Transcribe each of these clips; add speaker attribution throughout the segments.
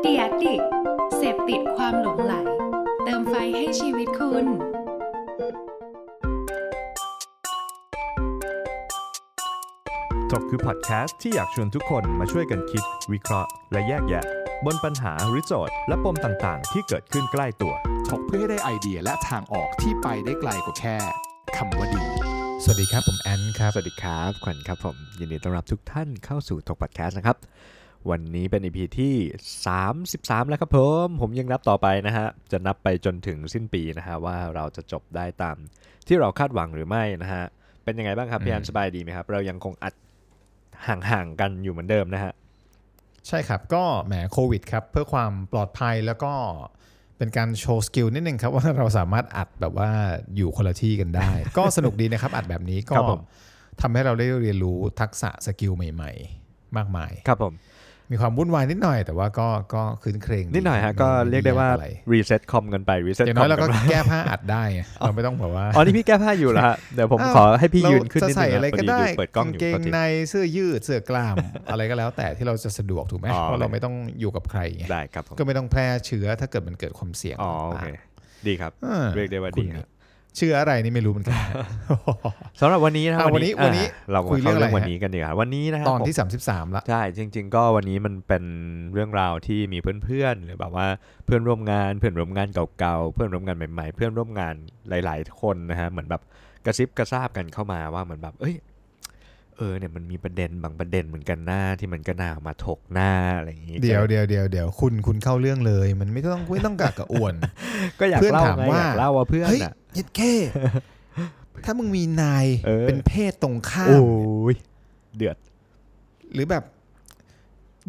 Speaker 1: เดียดดิกต์เสพติดความหลงไหล เติมไฟให้ชีวิตคุณ
Speaker 2: ถกคือพอดแคสต์ที่อยากชวนทุกคนมาช่วยกันคิด วิเคราะห์ และแยกแยะ บนปัญหาหรือโจทย์ และปมต่างๆ ที่เกิดขึ้นใกล้ตัว
Speaker 3: ถกเพื่อให้ได้ไอเดียและทางออกที่ไปได้ไกลกว่าแค่คำว่าดี
Speaker 4: สวัสดีครับ ผมแอนครับ
Speaker 5: สวัสดีครับขวัญครับผม ยินดีต้อนรับทุกท่านเข้าสู่ทกพอดแคสต์นะครับ วันนี้เป็น EP ที่ 33 แล้วครับผม ผมยังนับต่อไปนะฮะ จะนับไปจนถึงสิ้นปีนะฮะ ว่าเราจะจบได้ตามที่เราคาดหวังหรือไม่นะฮะ เป็นยังไงบ้างครับ พี่แอนสบายดีไหมครับ เรายังคงอัดห่างๆกันอยู่เหมือนเดิมนะฮะ
Speaker 4: ใช่ครับ ก็แหมโควิดครับ เพื่อความปลอดภัยแล้วก็เป็นการโชว์สกิลนิดนึงครับ ว่าเราสามารถอัดแบบว่าอยู่คนละที่กัน ได้ ก็สนุกดีนะครับ อัดแบบนี้ก็
Speaker 5: ครับผม
Speaker 4: ทำให้เราได้เรียนรู้ทักษะสกิลใหม่ ๆ มากมาย
Speaker 5: ครับผม
Speaker 4: มีความวุ่นวายนิดหน่อย แต่ว่าก็ก็คืนเครง
Speaker 5: นิดหน่อยฮะ ก็เรียกได้ว่ารีเซ็ตคอมกันไปรีเซ็ต
Speaker 4: อย่าง
Speaker 5: ค
Speaker 4: น้
Speaker 5: อ
Speaker 4: อย
Speaker 5: ม
Speaker 4: เรา
Speaker 5: กั
Speaker 4: ก็
Speaker 5: นไป
Speaker 4: แก้ผ้าอัดได้ไงเราไม่ต้องแบบว่า
Speaker 5: อ๋อนี่พี่แก้ผ้าอยู่เหรอฮะเดี๋ยวผม
Speaker 4: อ้าว
Speaker 5: ขอให้พี่ยืนขึ้นนิด
Speaker 4: เราจะ
Speaker 5: นึ
Speaker 4: ใส่
Speaker 5: ง
Speaker 4: อะไร
Speaker 5: นะพอ
Speaker 4: ก็
Speaker 5: ดี
Speaker 4: ได้
Speaker 5: ยืนเปิดกล้อง
Speaker 4: กาง
Speaker 5: อยู่
Speaker 4: เกง
Speaker 5: พอดี
Speaker 4: ในเสื้อยืดเสื้อกล้าม อะไรก็แล้ว แต่ที่เราจะสะดวกถูกไหม
Speaker 5: อ๋อ
Speaker 4: เพราะเราไม่ต้องอยู่กับใครไง
Speaker 5: ได้ครับผม
Speaker 4: ก็ไม่ต้องแพร่เชื้อถ้าเกิดมันเกิดความเสี่ยง
Speaker 5: อ๋อโอเค
Speaker 4: ต่าง
Speaker 5: ดีครับ
Speaker 4: ๆอ่า
Speaker 5: เรียกได้ว่า
Speaker 4: คุณ
Speaker 5: ดีครับ
Speaker 4: เชื่ออะไรนี่ไม่รู้เหมือนกัน
Speaker 5: สำหรับวันนี้นะครั
Speaker 4: อ่ะ
Speaker 5: บ
Speaker 4: วันนี้
Speaker 5: อ่ะเรา
Speaker 4: คุ
Speaker 5: คุ
Speaker 4: ย
Speaker 5: ย
Speaker 4: เรื่
Speaker 5: เรื่อ
Speaker 4: อ
Speaker 5: ง ง
Speaker 4: อะไร
Speaker 5: วันนี้กันดีกว่าวันนี้นะครับ
Speaker 4: ตอนที่
Speaker 5: ผม
Speaker 4: 33ละ
Speaker 5: ใช่จริง ๆ ก็วันนี้มันเป็นเรื่องราวที่มีเพื่อนๆหรือแบบว่าเพื่อนร่วมงานเพื่อนร่วมงานเก่าๆเพื่อนร่วมงานใหม่ๆ เพื่อนร่วมงานหลายๆ คนนะฮะเหมือนแบบกระซิบกระซาบกันเข้ามาว่าเหมือนแบบ เอ้ยเออเนี่ยมันมีประเด็นบางประเด็นเหมือนกันหน้าที่มันก็น่าเอามาถกหน้าอะไรอย่างงี้
Speaker 4: เดี๋ยวเดี๋ยวเดี๋ยวเดี๋ยวคุณคุณเข้าเรื่องเลย มันไม่ต้องไม่ต้องกักกระอ่วน
Speaker 5: ก็อยาก
Speaker 4: เพื่อน
Speaker 5: เล่า
Speaker 4: ถาม
Speaker 5: ไงอ
Speaker 4: ว่า
Speaker 5: ยากเล่าว่าเพื่อน
Speaker 4: เฮ้ย
Speaker 5: อ่ะ
Speaker 4: เย็ดเก้ ถ้ามึงมีนาย
Speaker 5: เออ
Speaker 4: เป็นเพศตรงข้าม
Speaker 5: โอ้ย
Speaker 4: เนี่ย
Speaker 5: เดือด
Speaker 4: หรือแบบ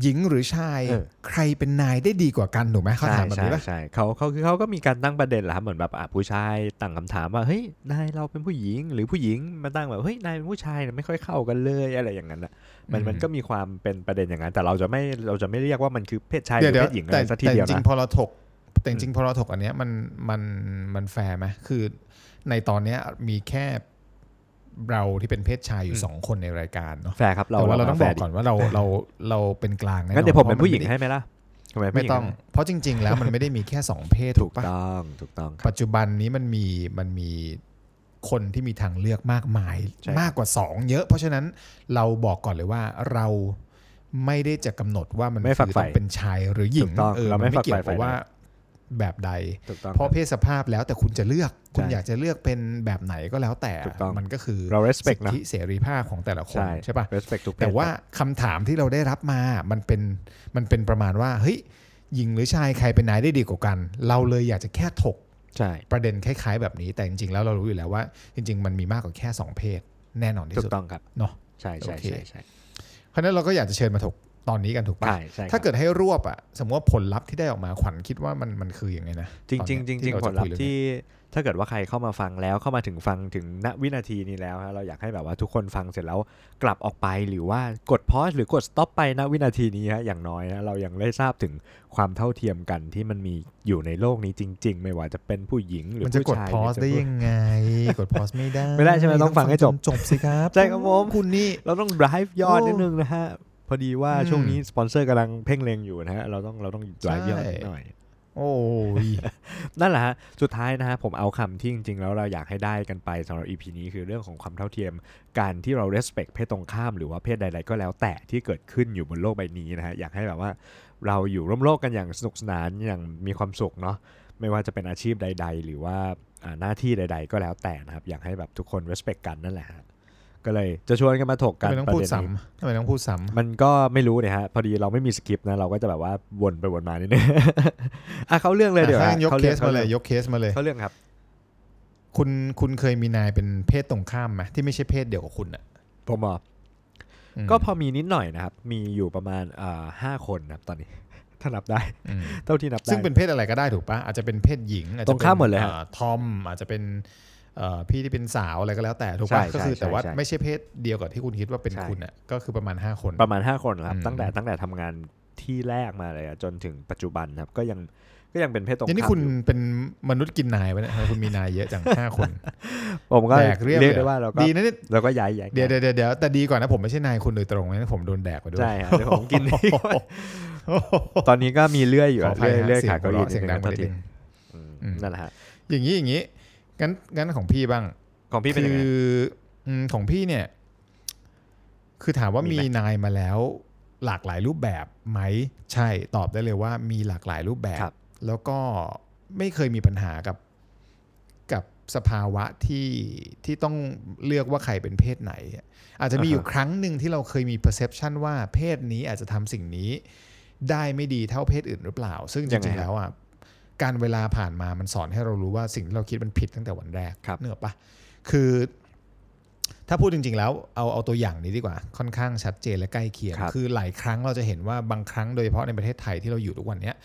Speaker 4: หญิงหรือชาย
Speaker 5: เออ
Speaker 4: ใครเป็นนายได้ดีกว่ากันถูกไหมเขา
Speaker 5: ใช่
Speaker 4: ถามแบบนี้ป่ะ
Speaker 5: ใช่ใช่เขาเขาคือเขาก็มีการตั้งประเด็นแหละครับเหมือนแบบอ่ะผู้ชายตั้งคำถามว่าเฮ้ยนายเราเป็นผู้หญิง หรือผู้หญิงมาตั้งแบบเฮ้ยนายเป็นผู้ชายเนี่ยไม่ค่อยเข้ากันเลยอะไรอย่างนั้นอ่ะมันมันก็มีความเป็นประเด็นอย่างนั้น แต่เราจะไม่เราจะไม่เรียกว่ามันคือเพศชายห
Speaker 4: เดี๋
Speaker 5: รื
Speaker 4: ย
Speaker 5: อเพ
Speaker 4: วเดี๋ยว
Speaker 5: ศหญิงอะ
Speaker 4: แต่
Speaker 5: ไรสักที
Speaker 4: แต่จ
Speaker 5: เดียว
Speaker 4: ริง
Speaker 5: นะ
Speaker 4: ๆพอเราถกแต่จริงๆพอเราถกอันเนี้ยมันมันมันแฟร์ไหมคือในตอนเนี้ยมีแค่เราที่เป็นเพศชายอ
Speaker 5: อื
Speaker 4: ยู่
Speaker 5: ม
Speaker 4: สองคนในรายการเนาะ
Speaker 5: แฟร์ครับเรา
Speaker 4: แต่ว่าเราต้อง
Speaker 5: แฟ
Speaker 4: บอก
Speaker 5: ร์ดิ
Speaker 4: ก่อนว่าเราเราเราเป็นกลางแน่นอน
Speaker 5: งั้นเดี๋ยวผมเป็น
Speaker 4: พราะ
Speaker 5: ผู้หญิง
Speaker 4: ไได้
Speaker 5: ให้ไหมล่ะทำไม
Speaker 4: ไม่
Speaker 5: ผู้หญิ
Speaker 4: ต้อง เพราะจริง ๆ แล้วมันไม่ได้มีแค่สองเพศ
Speaker 5: ถู
Speaker 4: ถู
Speaker 5: ก
Speaker 4: กปะ
Speaker 5: ต้องถูกต้อง
Speaker 4: ปัจจุบันนี้มันมีมันมีคนที่มีทางเลือกมากมาย
Speaker 5: ใช่ครับ
Speaker 4: มากกว่า 2 เยอะ เพราะฉะนั้นเราบอกก่อนเลยว่าเราไม่ได้จะกำหนดว่ามัน
Speaker 5: ไม่ฝัก
Speaker 4: คือ
Speaker 5: ใฝ่
Speaker 4: ต้องเป็นชายหรือหญิ
Speaker 5: ถูกต้อง
Speaker 4: เออ
Speaker 5: เราไม่
Speaker 4: นไม่เกี่ยว
Speaker 5: ฝัก
Speaker 4: กับ
Speaker 5: ใฝ่
Speaker 4: ว่าแบบใด
Speaker 5: ถูกต้อง
Speaker 4: เพราะเพศสภาพแล้วแต่คุณจะเลือกคุณ
Speaker 5: ใช่
Speaker 4: อยากจะเลือกเป็นแบบไหนก็แล้วแต่
Speaker 5: ถูกต้อง
Speaker 4: มันก็คือ
Speaker 5: เรา respect นะ
Speaker 4: สิทธิเสรีภาพของแต่ละคนใช่ปะ
Speaker 5: respect ทุกเพศ
Speaker 4: แต่ว่าคำถามที่เราได้รับมา มันเป็น มันเป็นประมาณว่า เฮ้ย หญิงหรือชายใครเป็นนายได้ดีกว่ากัน เราเลยอยากจะแค่ถก
Speaker 5: ใช่
Speaker 4: ประเด็นคล้ายๆ แบบนี้ แต่จริงๆ แล้วเรารู้อยู่แล้วว่า จริง ๆ มันมีมากกว่าแค่ 2 เพศ แน่นอนที่
Speaker 5: ถู
Speaker 4: สุ
Speaker 5: ก
Speaker 4: ด
Speaker 5: ต้องครับ
Speaker 4: เนาะ
Speaker 5: ใช่ใช่
Speaker 4: โอเค
Speaker 5: ใช่ใช่
Speaker 4: เพราะฉะนั้นเราก็อยากจะเชิญมาถกตอนนี้กันถูกปะ
Speaker 5: ใช่ใช่ครับ
Speaker 4: ถ้าเกิดให้รวบอะสมมติว่าผลลัพธ์ที่ได้ออกมาขวัญคิดว่ามันมันคืออย่างไงนะ
Speaker 5: จริง
Speaker 4: ตอน
Speaker 5: จริ
Speaker 4: เนี้
Speaker 5: ง
Speaker 4: ย
Speaker 5: จริง
Speaker 4: เา
Speaker 5: ผล
Speaker 4: จะ
Speaker 5: ลัพ
Speaker 4: คุ
Speaker 5: ธ์
Speaker 4: ยเอง
Speaker 5: ที่ถ้าเกิดว่าใครเข้ามาฟังแล้วเข้ามาถึงฟังถึงณวินาทีนี้แล้วฮะเราอยากให้แบบว่าทุกคนฟังเสร็จแล้วกลับออกไปหรือว่ากดพอยหรือกดสต็อปไปณวินาทีนี้ฮะอย่างน้อยนะเรายังได้ทราบถึงความเท่าเทียมกันที่มันมีอยู่ในโลกนี้จริง ๆ ไม่ว่าจะเป็นผู้หญิงหรือ
Speaker 4: มันจะ
Speaker 5: ผู้
Speaker 4: กด
Speaker 5: ชาย
Speaker 4: พอส
Speaker 5: หรื
Speaker 4: ได้
Speaker 5: จะ
Speaker 4: ยังไง กดพอสไม่ได้
Speaker 5: ไม่ได้ใช่ไหมต้องฟังให้จบ
Speaker 4: จบสิครับ
Speaker 5: ใช่ครับผม
Speaker 4: คุณนี่
Speaker 5: เราต้อง drive ยอด
Speaker 4: โอ้
Speaker 5: นิดนึงนะฮะพอดีว่า
Speaker 4: อืม
Speaker 5: ช่วงนี้สปอนเซอร์กำลังเพ่งเลงอยู่นะฮะเราต้องเราต้อง drive
Speaker 4: ใช่
Speaker 5: ยอดนิดหน่อย
Speaker 4: โอ้ย
Speaker 5: นั่นแหละฮะสุดท้ายนะฮะผมเอาคำที่จริงๆ แล้วเราอยากให้ได้กันไปสำหรับ EP นี้คือเรื่องของความเท่าเทียม การที่เรา respect เพศตรงข้ามหรือว่าเพศใดๆก็แล้วแต่ที่เกิดขึ้นอยู่บนโลกใบนี้นะฮะอยากให้แบบว่า เราอยู่ร่วมโลกกันอย่างสนุกสนานอย่างมีความสุขเนาะไม่ว่าจะเป็นอาชีพใด ๆ หรือว่าอ่าหน้าที่ใด ๆ ก็แล้วแต่นะครับอยากให้แบบทุกคน respect กันนั่นแหละฮะก็เลยจะชวนกันมาถกกัน
Speaker 4: ทำไมต้อง
Speaker 5: ประ
Speaker 4: พูด
Speaker 5: เด็นนี้
Speaker 4: ซ้ำทำไมต้องพูดซ้ำ
Speaker 5: มันก็ไม่รู้เนี่ยฮะ พอดีเราไม่มีสคริปต์นะ เราก็จะแบบว่าวนไปวนมานิดนึง อ่ะเขาเรื่องเลยเดี๋ยว
Speaker 4: อ่ะ
Speaker 5: ฮะ
Speaker 4: ถ้ายก
Speaker 5: เขา
Speaker 4: เค
Speaker 5: รื่อง
Speaker 4: สมาเลยยกเคสมาเลย
Speaker 5: เขาเรื่องครับ
Speaker 4: คุณคุณเคยมีนายเป็นเพศตรงข้ามไหมที่ไม่ใช่เพศเดียวกับคุณอ่ะ
Speaker 5: ผมอ่ะ
Speaker 4: อืม
Speaker 5: ก็พอมีนิดหน่อยนะครับ มีอยู่ประมาณอ่าห้าคนนะครับตอนนี้ ถ้านับได้
Speaker 4: อืม
Speaker 5: เท่าที่นับได้
Speaker 4: ซึ่งเป็นเพศอะไรก็ได้ถูกปะอาจจะเป็นเพศหญิงอจจะป็น
Speaker 5: ตรงข้ามหมดเลยฮะ
Speaker 4: อ่าทอมอาจจะเป็นเอ่อพี่ที่เป็นสาวอะไรก็แล้วแต่ถูก
Speaker 5: ใช่
Speaker 4: ปะ
Speaker 5: ใช่
Speaker 4: ก็คือ
Speaker 5: ใช่
Speaker 4: แต่ว่า
Speaker 5: ใช่
Speaker 4: ไม่ใช่เพศเดียวกับที่คุณคิดว่าเป็น
Speaker 5: ใช่
Speaker 4: คุณอ่ะก็คือประมาณ 5 คน
Speaker 5: ประมาณ 5 คนครับ
Speaker 4: อืม
Speaker 5: ตั้งแต่ตั้งแต่ทำงานที่แรกมาเลยอะจนถึงปัจจุบันครับก็ยังก็ ก็ยังเป็นเพศตรงข้า
Speaker 4: นี่
Speaker 5: ม
Speaker 4: นี่คุณเป็นมนุษย์กินนายไปเนี่ยทำไมคุณมีนายเยอะจัง ห้าคน
Speaker 5: อยู่ผมก็
Speaker 4: แดกเรียบเล
Speaker 5: เรียก
Speaker 4: ย
Speaker 5: ได้ว่าเราก็
Speaker 4: ดีนะเนี่ย
Speaker 5: เราก็ย้ายย้าย
Speaker 4: เดี๋ยวเดี๋ยวเดี๋ยวเดี๋ยวแต่ดีก่อนนะผมไม่ใช่นายคุณโดยตรงนะผมโดนแดกไปด้วย
Speaker 5: ใช่ฮะเดี๋ยวผมกิน
Speaker 4: โอ้โห
Speaker 5: ตอนนี้ก็มีเลื่อยอยู่
Speaker 4: ขอ
Speaker 5: อะ
Speaker 4: อภั
Speaker 5: เลื่อ
Speaker 4: ย
Speaker 5: ยเลื่อย
Speaker 4: ฮะเสีย
Speaker 5: ขาง เก็
Speaker 4: หั
Speaker 5: ยิ
Speaker 4: ว
Speaker 5: น
Speaker 4: เราะเสียงดังไปนิดนึง
Speaker 5: อืมนั่นแหละฮะ
Speaker 4: อย่างนี้อย่างนี้งั้นงั้นของพี่บ้าง
Speaker 5: ของพี่เป็นยัง
Speaker 4: คื
Speaker 5: ไง
Speaker 4: ออืมของพี่เนี่ย คือถามว่า
Speaker 5: มี
Speaker 4: มี
Speaker 5: ไหม
Speaker 4: นายมาแล้วหลากหลายรูปแบบไหม ใช่ตอบได้เลยว่ามีหลากหลายรูปแบบ
Speaker 5: ครับ
Speaker 4: แล้วก็ไม่เคยมีปัญหากับกับสภาวะที่ที่ต้องเลือกว่าใครเป็นเพศไหน อาจจะมีอยู่ครั้งหนึ่งที่เราเคยมี perception ว่าเพศนี้อาจจะทำสิ่งนี้ได้ไม่ดีเท่าเพศอื่นหรือเปล่า ซึ่งจ
Speaker 5: ยังไง
Speaker 4: ริง
Speaker 5: ครับ
Speaker 4: ๆแล้วอ่ะการเวลาผ่านมามันสอนให้เรารู้ว่าสิ่งที่เราคิดมันผิดตั้งแต่วันแรก
Speaker 5: ครับ
Speaker 4: เนื้อกปะคือ ถ้าพูดจริง ๆ แล้วเอาเอาตัวอย่างนี้ดีกว่า ค่อนข้างชัดเจนและใกล้เคียง
Speaker 5: ครับ
Speaker 4: อหลายครั้งเราจะเห็นว่าบางครั้งโดยเฉพาะในประเทศไทยที่เราอยู่ทุกวันเนี้ย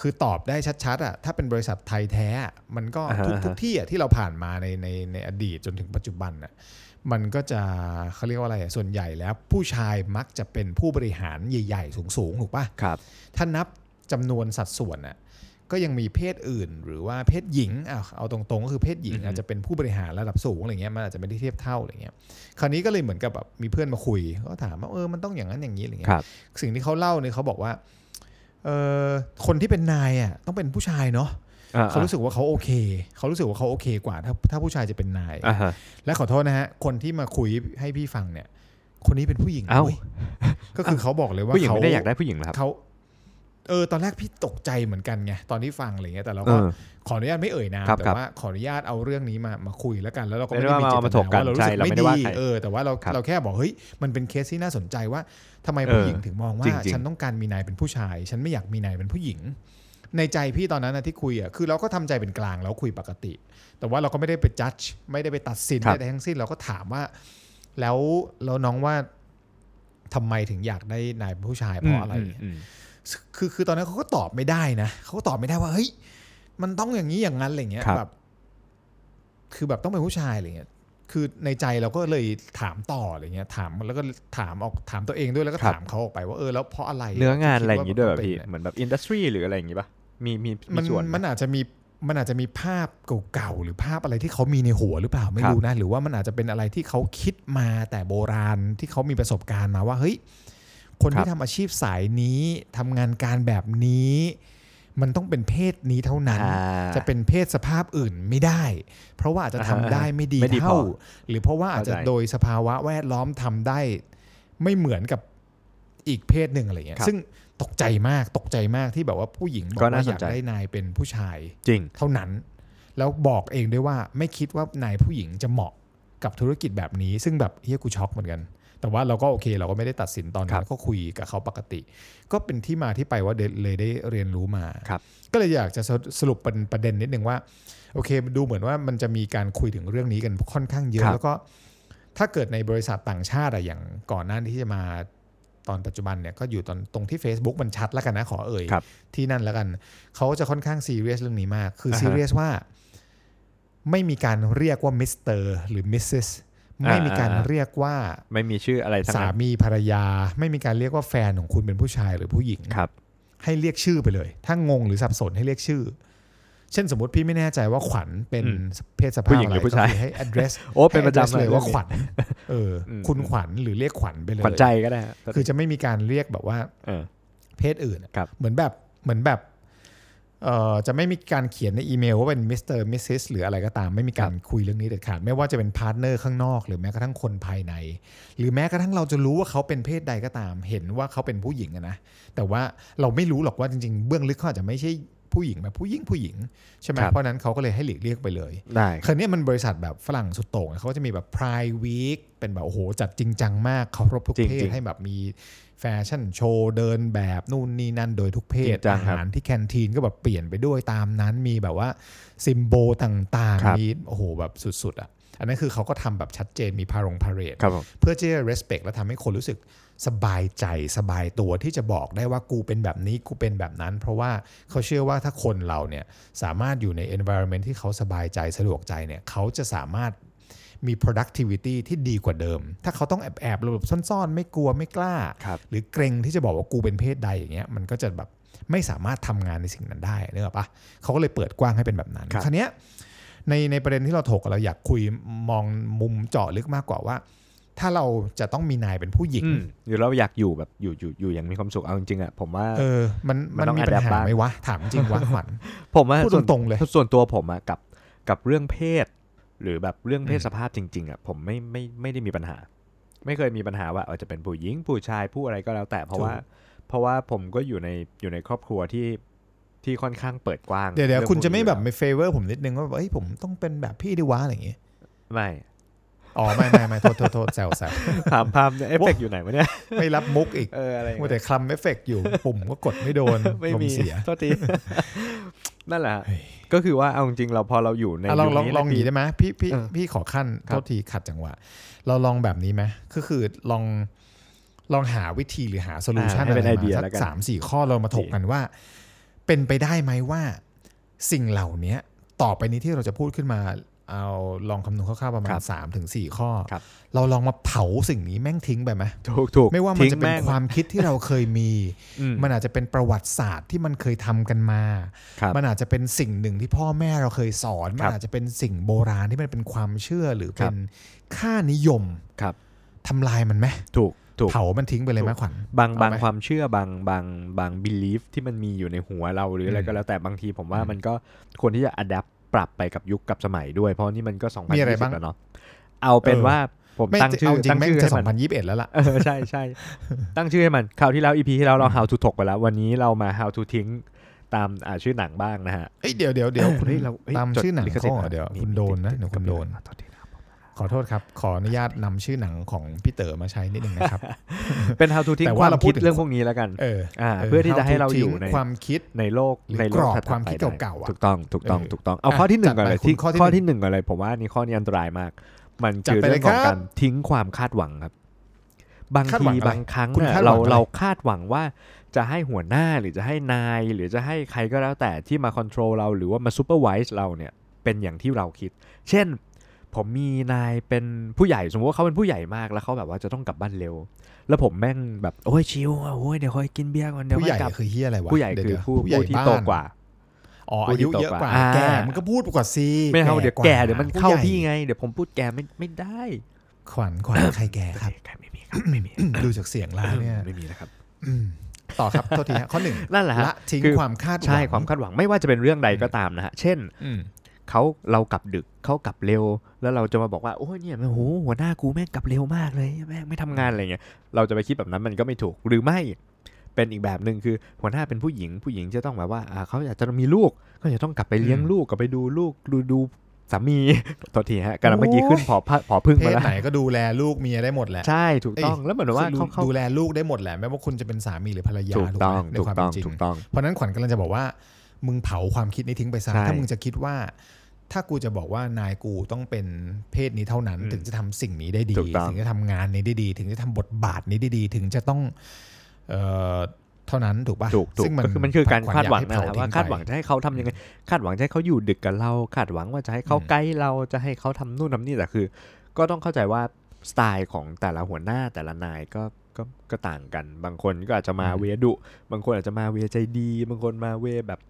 Speaker 4: คือตอบได้ชัดๆอ่ะถ้าเป็นบริษัทไทยแท้อะมันก็
Speaker 5: อ่าฮะ
Speaker 4: ทุก
Speaker 5: อ่าฮะ
Speaker 4: ทุกที่อ่ะที่เราผ่านมาในในในอดีตจนถึงปัจจุบันอ่ะมันก็จะเขาเรียกว่าอะไรอะส่วนใหญ่แล้ว ผู้ชายมักจะเป็นผู้บริหารใหญ่ ๆ สูงๆถูกปะ
Speaker 5: ครับ
Speaker 4: ถ้านับจำนวนสัดส่วนน่ะก็ยังมีเพศอื่น หรือว่าเพศหญิงอ่ะเอาตรงๆก็คือเพศหญิง
Speaker 5: อือฮึ
Speaker 4: อาจจะเป็นผู้บริหารระดับสูงอะไรเงี้ยมันอาจจะไม่ได้เทียบเท่าอะไรเงี้ยคราวนี้ก็เลยเหมือนกับแบบมีเพื่อนมาคุยก็ถามว่าเออมันต้องอย่างนั้นอย่างนี้อะไรเงี้
Speaker 5: ครั
Speaker 4: ย
Speaker 5: บ
Speaker 4: สิ่งที่เขาเล่าเนี่ยเขาบอกว่าเออคนที่เป็นนายอ่ะต้องเป็นผู้ชายเนาะ
Speaker 5: อ่
Speaker 4: เขารู้สึกว่าเขาโอเค เขารู้สึกว่าเขาโอเคกว่าถ้าถ้าผู้ชายจะเป็นนาย
Speaker 5: อ่าฮะ
Speaker 4: และขอโทษนะฮะคนที่มาคุยให้พี่ฟังเนี่ย คนนี้เป็นผู้หญิงนะ
Speaker 5: เอ้า
Speaker 4: เว้ยก็คือเขาบอกเลยว่า
Speaker 5: ผู้หญิง
Speaker 4: เขา
Speaker 5: ไม่ได้อยากได้ผู้หญิงเหรอครับ
Speaker 4: เขาเออตอนแรกพี่ตกใจเหมือนกันไงตอนที่ฟังอะไรเงี้ยแต่เรา
Speaker 5: เอ
Speaker 4: ก็
Speaker 5: อ
Speaker 4: ขออนุญาตไม่เอ่ยนาม
Speaker 5: ครับ
Speaker 4: แต่
Speaker 5: ครับ
Speaker 4: ว่าขออนุญาตเอาเรื่องนี้มามาคุยแล้วกัน แล้วเราก็
Speaker 5: ไม่
Speaker 4: ไม่
Speaker 5: ได้
Speaker 4: ได้มี
Speaker 5: ว่ามา
Speaker 4: เจต
Speaker 5: มาถก
Speaker 4: นา
Speaker 5: กัน
Speaker 4: ว่าเรารู้
Speaker 5: ใช่
Speaker 4: สึก
Speaker 5: เราไม่
Speaker 4: ไม่
Speaker 5: ได้
Speaker 4: ดี
Speaker 5: ว่าใคร
Speaker 4: เออแต่ว่าเรา
Speaker 5: ครับ
Speaker 4: เราแค่บอกเฮ้ยมันเป็นเคสที่น่าสนใจว่าทำไมผู้หญิง
Speaker 5: เออ
Speaker 4: ถึงมองว่า
Speaker 5: จริงๆ
Speaker 4: ฉันต้องการมีนายเป็นผู้ชาย ฉันไม่อยากมีนายเป็นผู้หญิง ในใจพี่ตอนนั้นนะที่คุยอ่ะคือเราก็ทำใจเป็นกลางเราคุยปกติ แต่ว่าเราก็ไม่ได้ไปจัดไม่ได้ไปตัดสิน
Speaker 5: ครับ
Speaker 4: ใดๆทั้งสิ้นเราก็ถามว่า แล้วแล้วน้องว่าทำไมถึงอยากได้นายเป็นผู้ชายเพราะอะไร
Speaker 5: มอืม
Speaker 4: คือคือตอนนั้นเขาก็ตอบไม่ได้นะเขาก็ตอบไม่ได้ว่าเฮ้ยมันต้องอย่างนี้อย่างนั้นอะไรเงี้ย
Speaker 5: ครับ
Speaker 4: แบบ คือแบบต้องเป็นผู้ชายอะไรเงี้ย คือในใจเราก็เลยถามต่ออะไรเงี้ย ถามแล้วก็ถามออกถามตัวเองด้วยแล้วก็
Speaker 5: ครับ
Speaker 4: ถามเขาออกไปว่าเออแล้วเพราะอะไร
Speaker 5: เนื้องานอะไรอย่าง
Speaker 4: ที่
Speaker 5: นี้
Speaker 4: คิ
Speaker 5: ด้วย
Speaker 4: ว่
Speaker 5: เหรอ
Speaker 4: มั
Speaker 5: น พี่
Speaker 4: ป็น
Speaker 5: เหมือนแบบอินดัสทรีหรืออะไรอย่างนี้ป่ะมีมีมี
Speaker 4: มัน
Speaker 5: ส่วนไหม
Speaker 4: มันอาจจะมีมันอาจจะมีภาพเก่าๆหรือภาพอะไรที่เขามีในหัวหรือเปล่าไม่
Speaker 5: ครับ
Speaker 4: รู้นะหรือว่ามันอาจจะเป็นอะไรที่เขาคิดมาแต่โบราณที่เขามีประสบการณ์มาว่าเฮ้ย คนที่ทำอาชีพสายนี้ทำงานการแบบนี้ มันต้องเป็นเพศนี้เท่านั้น
Speaker 5: อ่า
Speaker 4: จะเป็นเพศสภาพอื่นไม่ได้ เพราะว่าอาจจะทำ
Speaker 5: อ่าฮะ
Speaker 4: ได้ไม่ดี
Speaker 5: ไม่ดีพอ
Speaker 4: เท่า หรือเพราะว่าอาจจะ
Speaker 5: เข้าใจ
Speaker 4: โดยสภาวะแวดล้อมทำได้ไม่เหมือนกับอีกเพศหนึ่งอะไรเงี้ย
Speaker 5: ครับ
Speaker 4: ซึ่งตกใจมากตกใจมากที่แบบว่าผู้หญิงบอก
Speaker 5: ก็
Speaker 4: ว่า
Speaker 5: น่าส
Speaker 4: อน ยาก
Speaker 5: ใจ
Speaker 4: ได้นายเป็นผู้ชาย
Speaker 5: จริง
Speaker 4: เท่านั้น แล้วบอกเองด้วยว่าไม่คิดว่านายผู้หญิงจะเหมาะกับธุรกิจแบบนี้ ซึ่งแบบเฮียกูช็อกเหมือนกัน แต่ว่าเราก็โอเค เราก็ไม่ได้ตัดสินตอน
Speaker 5: ค
Speaker 4: นั้
Speaker 5: รั
Speaker 4: น
Speaker 5: บ
Speaker 4: ก็คุยกับเขาปกติ ก็เป็นที่มาที่ไปว่าเดเลยได้เรียนรู้มา
Speaker 5: ครับ
Speaker 4: ก็เลยอยากจะสรุปสรุปเป็นประเด็นนิดนึงว่า โอเค ดูเหมือนว่ามันจะมีการคุยถึงเรื่องนี้กันค่อนข้างเย
Speaker 5: ครั
Speaker 4: อะ
Speaker 5: บ
Speaker 4: แล้วก็ถ้าเกิดในบริษัทต่างชาติอะอย่างก่อนหน้าที่จะมาตอนปัจจุบันเนี่ยก็อยู่ตอนตรงที่ Facebook มันชัดแล้วกันนะขอเอ่ย
Speaker 5: ครับ
Speaker 4: ที่นั่นแล้วกัน เขาจะค่อนข้างซีเรียสเรื่องนี้มาก คือ
Speaker 5: อ่าฮะ
Speaker 4: ซีเรียสว่าไม่มีการเรียกว่ามิสเตอร์หรือมิสซิส
Speaker 5: อ่า
Speaker 4: ไม่มีการเรียกว่า
Speaker 5: ไม่มีชื่ออะไรทั้ง
Speaker 4: สา
Speaker 5: นั้น
Speaker 4: มีภรรยา ไม่มีการเรียกว่าแฟนของคุณเป็นผู้ชายหรือผู้หญิง
Speaker 5: ครับ
Speaker 4: ให้เรียกชื่อไปเลย ถ้างงหรือสับสนให้เรียกชื่อ เช่นสมมติพี่ไม่แน่ใจว่าขวัญเป็น
Speaker 5: อืม
Speaker 4: เพศสภาพ
Speaker 5: ผู้หญิง
Speaker 4: อะ
Speaker 5: ห
Speaker 4: ไร
Speaker 5: รือผู้ชาย
Speaker 4: ก็คืให้ address
Speaker 5: โอ้เป็นประ
Speaker 4: ให้ address
Speaker 5: จำ
Speaker 4: เลยว่า
Speaker 5: รื่องนี้
Speaker 4: ขวัญเอออ
Speaker 5: ม
Speaker 4: คุณขวัญหรือเรียกขวัญไปเลย
Speaker 5: ขวัญใจก็ได้ฮะ
Speaker 4: คือจะไม่มีการเรียกแบบว่า
Speaker 5: เออ
Speaker 4: เพศอื่นอะ
Speaker 5: ครับ
Speaker 4: เหมือนแบบเหมือนแบบเอ่อจะไม่มีการเขียนในอีเมลว่าเป็นมิสเตอร์มิสซิสหรืออะไรก็ตาม ไม่มีการคุยเรื่องนี้เด็ดขาด ไม่ว่าจะเป็นพาร์ทเนอร์ข้างนอก หรือแม้กระทั่งคนภายใน หรือแม้กระทั่งเราจะรู้ว่าเขาเป็นเพศใดก็ตาม เห็นว่าเขาเป็นผู้หญิงอะนะแต่ว่าเราไม่รู้หรอกว่าจริงๆ เบื้องลึกเขาอาจจะไม่ใช่ผู้หญิงแบบผู้หญิงผู้หญิงใช่ไหม
Speaker 5: ครับ
Speaker 4: เพราะฉะนั้นเขาก็เลยให้หลีกเลี่ยงไปเลย
Speaker 5: ได้
Speaker 4: คราวเนี้ยมันบริษัทแบบฝรั่งสุดโต่งนะเขาก็จะมีแบบ Pride Week เป็นแบบ โอ้โห จัดจริงจังมากเคารพทุกเพศให้แบบมีแฟชั่นโชว์เดินแบบนู่นนี่นั่นโดยทุกเพศ อาหารที่แคนทีนก็แบบเปลี่ยนไปด้วยตามนั้นมีแบบว่าซิมโบลต่างๆมีโอ้โห แบบสุดๆอ่ะ อันนั้นคือเขาก็ทำแบบชัดเจนมีพารงพาเรด
Speaker 5: ครับผม
Speaker 4: เพื่อที่จะ respect และทำให้คนรู้สึกสบายใจสบายตัวที่จะบอกได้ว่ากูเป็นแบบนี้กูเป็นแบบนั้น เพราะว่าเขาเชื่อว่าถ้าคนเราเนี่ยสามารถอยู่ใน environment ที่เขาสบายใจสะดวกใจเนี่ยเขาจะสามารถ มี productivity ที่ดีกว่าเดิม ถ้าเขาต้องแอบแอบๆหลบๆซ่อนๆ ไม่กลัวไม่กล้า
Speaker 5: ครับ
Speaker 4: หรือเกรงที่จะบอกว่ากูเป็นเพศใดอย่างเงี้ยมันก็จะแบบไม่สามารถทำงานในสิ่งนั้นได้เนกอะปะเขาก็เลยเปิดกว้างให้เป็นแบบนั้น
Speaker 5: ครับ
Speaker 4: คราวเนี้ยในในประเด็นที่เราถกอะเราอยากคุยมองมุมเจาะลึกมากกว่าว่า ถ้าเราจะต้องมีนายเป็นผู้หญิง
Speaker 5: อืมหรือเราอยากอยู่แบบอยู่อยู่อยู่อย่างมีความสุขเอาจริงๆอ่ะผมว่า
Speaker 4: เออ มัน
Speaker 5: มั
Speaker 4: มัน น
Speaker 5: ต้อง
Speaker 4: มีปัญ
Speaker 5: adapt
Speaker 4: หา
Speaker 5: บ้าง
Speaker 4: ไหมวะ ถามจริงวะขวั ญ
Speaker 5: ผมว่า
Speaker 4: พูด
Speaker 5: ส่วน
Speaker 4: ตรงๆเลย
Speaker 5: ส่วนตัวผมอะกับกับเรื่องเพศ หรือแบบเรื่องเพศสภาพจริง ๆอะผมไม่ไม่ไม่ได้มีปัญหา ไม่เคยมีปัญหาว่าเอาจะเป็นผู้หญิงผู้ชายผู้อะไรก็แล้วแต่เพราะว่า เพราะว่าผมก็อยู่ในอยู่ในครอบครัวที่ที่ค่อนข้างเปิดกว้าง
Speaker 4: เดี๋ยวเดี๋ยว
Speaker 5: รื่อง
Speaker 4: คุณจะไม่
Speaker 5: พวกนี้
Speaker 4: แบบไม่เฟเวอร์ผมนิดนึงว่าแบบเอ้ยผมต้องเป็นแบบพี่ดิวะอะไรอย่างเงี้ย
Speaker 5: ไม่
Speaker 4: อ๋อ ไม่ไม่ไม่โทษโทษโทษแซวแซว
Speaker 5: ถาม พามเนี่ยเอฟเฟกต์อยู่ไหนวะเนี่ย
Speaker 4: ไม่รับมุกอีก
Speaker 5: เอออะไรอย่าง
Speaker 4: มัว
Speaker 5: เงี้ย
Speaker 4: แต่คลำเอฟเฟกต์อยู่ ปุ่มก็กดไม่โดน
Speaker 5: ไม่
Speaker 4: ลม
Speaker 5: มี
Speaker 4: เสีย
Speaker 5: โท ษที นั่นแหละฮะ
Speaker 4: เฮ้ย
Speaker 5: ก็คือว่าเอาจริงๆเราพอเราอยู่ใน
Speaker 4: อ่ะลองลอง
Speaker 5: ยุคนี้
Speaker 4: ลองหนี
Speaker 5: นะ
Speaker 4: ได้ไหมพี่พี่
Speaker 5: เออ
Speaker 4: พี่ขอขั้น
Speaker 5: ครั
Speaker 4: โท
Speaker 5: บ
Speaker 4: ษทีขัดจังหวะ เราลองแบบนี้ไหมก็คือลองลองหาวิธีหรือหาโซลูชัน
Speaker 5: ให้
Speaker 4: อะไร
Speaker 5: เป็นไอเดี
Speaker 4: มาย สั
Speaker 5: แล้ว
Speaker 4: ก
Speaker 5: กัน
Speaker 4: สามสี่ข้อเรามาถกกันว่า เป็นไปได้ไหมว่า สิ่งเหล่านี้ต่อไปนี้ที่เราจะพูดขึ้นมา เอาลองคำนวณคร่าวๆประมา
Speaker 5: ครั
Speaker 4: ณ
Speaker 5: บ
Speaker 4: สามถึงสี่ข้อ
Speaker 5: ครับ
Speaker 4: เราลองมาเผาสิ่งนี้แม่งทิ้งไปไหม
Speaker 5: ถูกถูก
Speaker 4: ไม่ว่ามันจะเป็
Speaker 5: ทิ้
Speaker 4: น
Speaker 5: งง
Speaker 4: ความคิดที่เราเคยมี
Speaker 5: อืม
Speaker 4: มันอาจจะเป็นประวัติศาสตร์ที่มันเคยทำกันมา
Speaker 5: ครับ
Speaker 4: มันอาจจะเป็นสิ่งหนึ่งที่พ่อแม่เราเคยสอน
Speaker 5: ค
Speaker 4: มั
Speaker 5: รั
Speaker 4: น
Speaker 5: บ
Speaker 4: อาจจะเป็นสิ่งโบราณที่มันเป็นความเชื่อหรือ
Speaker 5: ครั
Speaker 4: เป็
Speaker 5: บ
Speaker 4: นค่านิยม
Speaker 5: ครับ
Speaker 4: ทำลายมันไหม
Speaker 5: ถูกถูก
Speaker 4: เผามันทิ้งไปเลยไหม
Speaker 5: ถูก
Speaker 4: ขวัญ
Speaker 5: บาง
Speaker 4: เอาไหม
Speaker 5: บางความเชื่อบางบางบาง belief ที่มันมีอยู่ในหัวเราหรืออะไร
Speaker 4: อืม
Speaker 5: ก็แล้วแต่บางทีผมว่า
Speaker 4: อืม
Speaker 5: มันก็ควรที่จะ adapt ปรับไปกับยุคกับสมัยด้วย เพราะนี่มันก็2 0 2
Speaker 4: มีอะไร
Speaker 5: 0
Speaker 4: บ้าง
Speaker 5: แล้วเนาะเอาเป็น
Speaker 4: เออ
Speaker 5: ว่าผม
Speaker 4: ไม่
Speaker 5: ตั้งชื่
Speaker 4: เอา
Speaker 5: อ
Speaker 4: จริ
Speaker 5: ตั้
Speaker 4: ง
Speaker 5: ง
Speaker 4: แม่ง
Speaker 5: ชื่อ
Speaker 4: จะ
Speaker 5: ให้
Speaker 4: ส
Speaker 5: มั
Speaker 4: อน งพันยี่สิบเอ็ดแล้วล่ะ
Speaker 5: เออใช่ใช่ ตั้งชื่อให้มันคราวที่แล้ว EP ที่แล้วเรา how to ถกไปแล้ว วันนี้เรามา how to ทิ้งตามอ่าชื่อหนังบ้างนะฮะ
Speaker 4: เอ้ยเดี๋ยวเดี๋ยวเดี๋ยวคุณ
Speaker 5: ฮ้ยเราเฮ้ย
Speaker 4: ตาม
Speaker 5: จด
Speaker 4: ชื่อหนัง
Speaker 5: ลิขสิท
Speaker 4: เขา
Speaker 5: ธิ์นะ
Speaker 4: เหรอเดี๋ยว
Speaker 5: มี
Speaker 4: คุณโดนนะ
Speaker 5: ติ
Speaker 4: เดี๋ยวคุณ
Speaker 5: ติ
Speaker 4: โดน
Speaker 5: ขอโทษทีนะครับ
Speaker 4: ขอโทษครับ ขออนุญาตนำชื่อหนังของพี่เต๋อมาใช้นิดนึงนะครับ
Speaker 5: เป็น how to ทิ้ง
Speaker 4: แต่ว่าว
Speaker 5: คาม
Speaker 4: เราพู
Speaker 5: คิ
Speaker 4: ด
Speaker 5: ด
Speaker 4: ถึง
Speaker 5: เรื่องพวกนี้แล้วกัน
Speaker 4: เออ
Speaker 5: อ่า เพื่อที่จะให้เราอยู่ใน
Speaker 4: ความคิด
Speaker 5: ในโลก
Speaker 4: หรือ
Speaker 5: ในโลก
Speaker 4: กรอบ
Speaker 5: ถัดไป
Speaker 4: ความคิด
Speaker 5: ได้
Speaker 4: เก่าๆอะ
Speaker 5: ถูกต้องถูกต้อง
Speaker 4: เออ
Speaker 5: ถูกต้องเอาข้อที่หนึ่งก่อนเลย
Speaker 4: จัดไป
Speaker 5: ที่
Speaker 4: คุณข้อที่
Speaker 5: ข้อที่หนึ่งก่อนเลยผมว่านี่ข้อนี้อันตรายมาก มัน
Speaker 4: จัด
Speaker 5: คือ
Speaker 4: ไป
Speaker 5: เรื่อ
Speaker 4: เล
Speaker 5: ย งของ
Speaker 4: ครั
Speaker 5: กา
Speaker 4: บ
Speaker 5: รทิ้งความคาดหวังครับ บาง
Speaker 4: คาด
Speaker 5: ที
Speaker 4: หวังอะไร
Speaker 5: บางครั้ง
Speaker 4: คุณ
Speaker 5: เนี่ย
Speaker 4: คาดหวั
Speaker 5: เรา
Speaker 4: งอะไร
Speaker 5: เราคาดหวังว่าจะให้หัวหน้าหรือจะให้นาย หรือจะให้ใครก็แล้วแต่ที่มาคอนโทรลเราหรือว่ามาซูเปอร์ว s e เราเนี่ยเป็นอย่างที่เราคิด เช่น ผมมีนายเป็นผู้ใหญ่สมมติว่าเขาเป็นผู้ใหญ่มากแล้วเขาแบบว่าจะต้องกลับบ้านเร็ว แล้วผมแม่งแบบโอ้ยชิวอ่ะโอ้ยเดี๋ยวคอยกินเบียร์ก่อนเดี๋ยว
Speaker 4: ผู้
Speaker 5: ค่อย
Speaker 4: ใหญ่
Speaker 5: กลับ
Speaker 4: คือเฮียอะไรวะ
Speaker 5: ผู้ใหญ่
Speaker 4: เดี๋ยว
Speaker 5: คือ
Speaker 4: เดี๋ยว
Speaker 5: ผู้
Speaker 4: ใหญ่
Speaker 5: ผู้ที่
Speaker 4: บ้น
Speaker 5: โตกว่า
Speaker 4: อ๋อ
Speaker 5: ผู้
Speaker 4: อา
Speaker 5: ที่
Speaker 4: ยุเยอะกว่า
Speaker 5: โตกว่า
Speaker 4: แก่มันก็พูดกว่าสิ
Speaker 5: ไม่เอาเดี๋ยวแก่เดี๋ยวมันเข้า
Speaker 4: ผู้ใหญ่
Speaker 5: ที่ไงเดี๋ยวผมพูดแก่ไม่ไม่ได้
Speaker 4: ขวัญขวัญใครแก่ครับ
Speaker 5: ใครไม่มีครับไม่มี
Speaker 4: ดูจากเสียงแล้วเนี่ย
Speaker 5: ไม่มีนะครับ
Speaker 4: อืมต่อครับ โทษทีฮะข้อหนึ่ง
Speaker 5: นั่นแหละฮะ
Speaker 4: ละทิ้ง
Speaker 5: คือ
Speaker 4: ความคาดหวัง
Speaker 5: ใช่ความคาดหวังไม่ว่าจะเป็นเรื่องใดก็ตามนะฮะเช่น
Speaker 4: อืม
Speaker 5: เขาเรากลับดึกเขากลับเร็ว แล้วเราจะมาบอกว่าโอ้ยเนี่ยแม่งโหหัวหน้ากูแม่งกลับเร็วมากเลยแม่งไม่ทำงานอะไรเงี้ยเราจะไปคิดแบบนั้นมันก็ไม่ถูกหรือไม่ เป็นอีกแบบหนึ่งคือหัวหน้าเป็นผู้หญิง ผู้หญิงจะต้องแบบว่าอ่าเขาอยากจะมีลูกก็จะต้องกลับไปเลี้ยง
Speaker 4: อืม
Speaker 5: ลูกกลับไปดูลูกดูดูสามี โทษทีฮะกำลังเมื่อกี้ขึ้นพอพะพอพึ่ง
Speaker 4: เพ
Speaker 5: มา
Speaker 4: ศ
Speaker 5: แล้ว
Speaker 4: ไหนก็ดูแลลูกเมียได้หมดแหละ
Speaker 5: ใช่ถูกต้อง
Speaker 4: เอ้ย
Speaker 5: แล้วเหมือนว่า
Speaker 4: คือดู
Speaker 5: เขาเขา
Speaker 4: ดูแลลูกได้หมดแหละแม้ว่าคุณจะเป็นสามีหรือภรรยา
Speaker 5: ถูก
Speaker 4: ไหม
Speaker 5: ต้อง
Speaker 4: ใน
Speaker 5: ถูก
Speaker 4: ความ
Speaker 5: ต้
Speaker 4: เป็
Speaker 5: อง
Speaker 4: นจริง
Speaker 5: ถูกต้อง
Speaker 4: เพราะฉะนั้นขวัญกำลังจะบอกว่า มึงเผาความคิดนี้ทิ้งไปซะ
Speaker 5: ใช่
Speaker 4: ถ้ามึงจะคิดว่า ถ้ากูจะบอกว่านายกูต้องเป็นเพศนี้เท่านั้น
Speaker 5: อืม
Speaker 4: ถึงจะทำสิ่งนี้ได้ดี
Speaker 5: ถูกต้อง
Speaker 4: ถึงจะทำงานนี้ได้ดี ถึงจะทำบทบาทนี้ได้ดี ถึงจะต้องเอ่อเท่านั้นถูกปะ
Speaker 5: ถูกถูก
Speaker 4: ซึ่ง
Speaker 5: ก็คือมันคือการคาดหวัง
Speaker 4: อย
Speaker 5: นะ
Speaker 4: ใเผ
Speaker 5: ครับ
Speaker 4: ทิ้
Speaker 5: ว่าคาดหวัง
Speaker 4: ไป
Speaker 5: จะให้เขาทำยังไงคาดหวังจะให้เขาอยู่ดึกกับเรา คาดหวังว่าจะให้เขา
Speaker 4: อืม
Speaker 5: ไกด์เราจะให้เขาทำนู่นทำนี่แต่คือ ก็ต้องเข้าใจว่าสไตล์ของแต่ละหัวหน้าแต่ละนายก็ก็ก็ต่างกัน บางคนก็อาจจะมาเวดุ บางคนอาจจะมาเวใจดี บางคนมาเวแบบ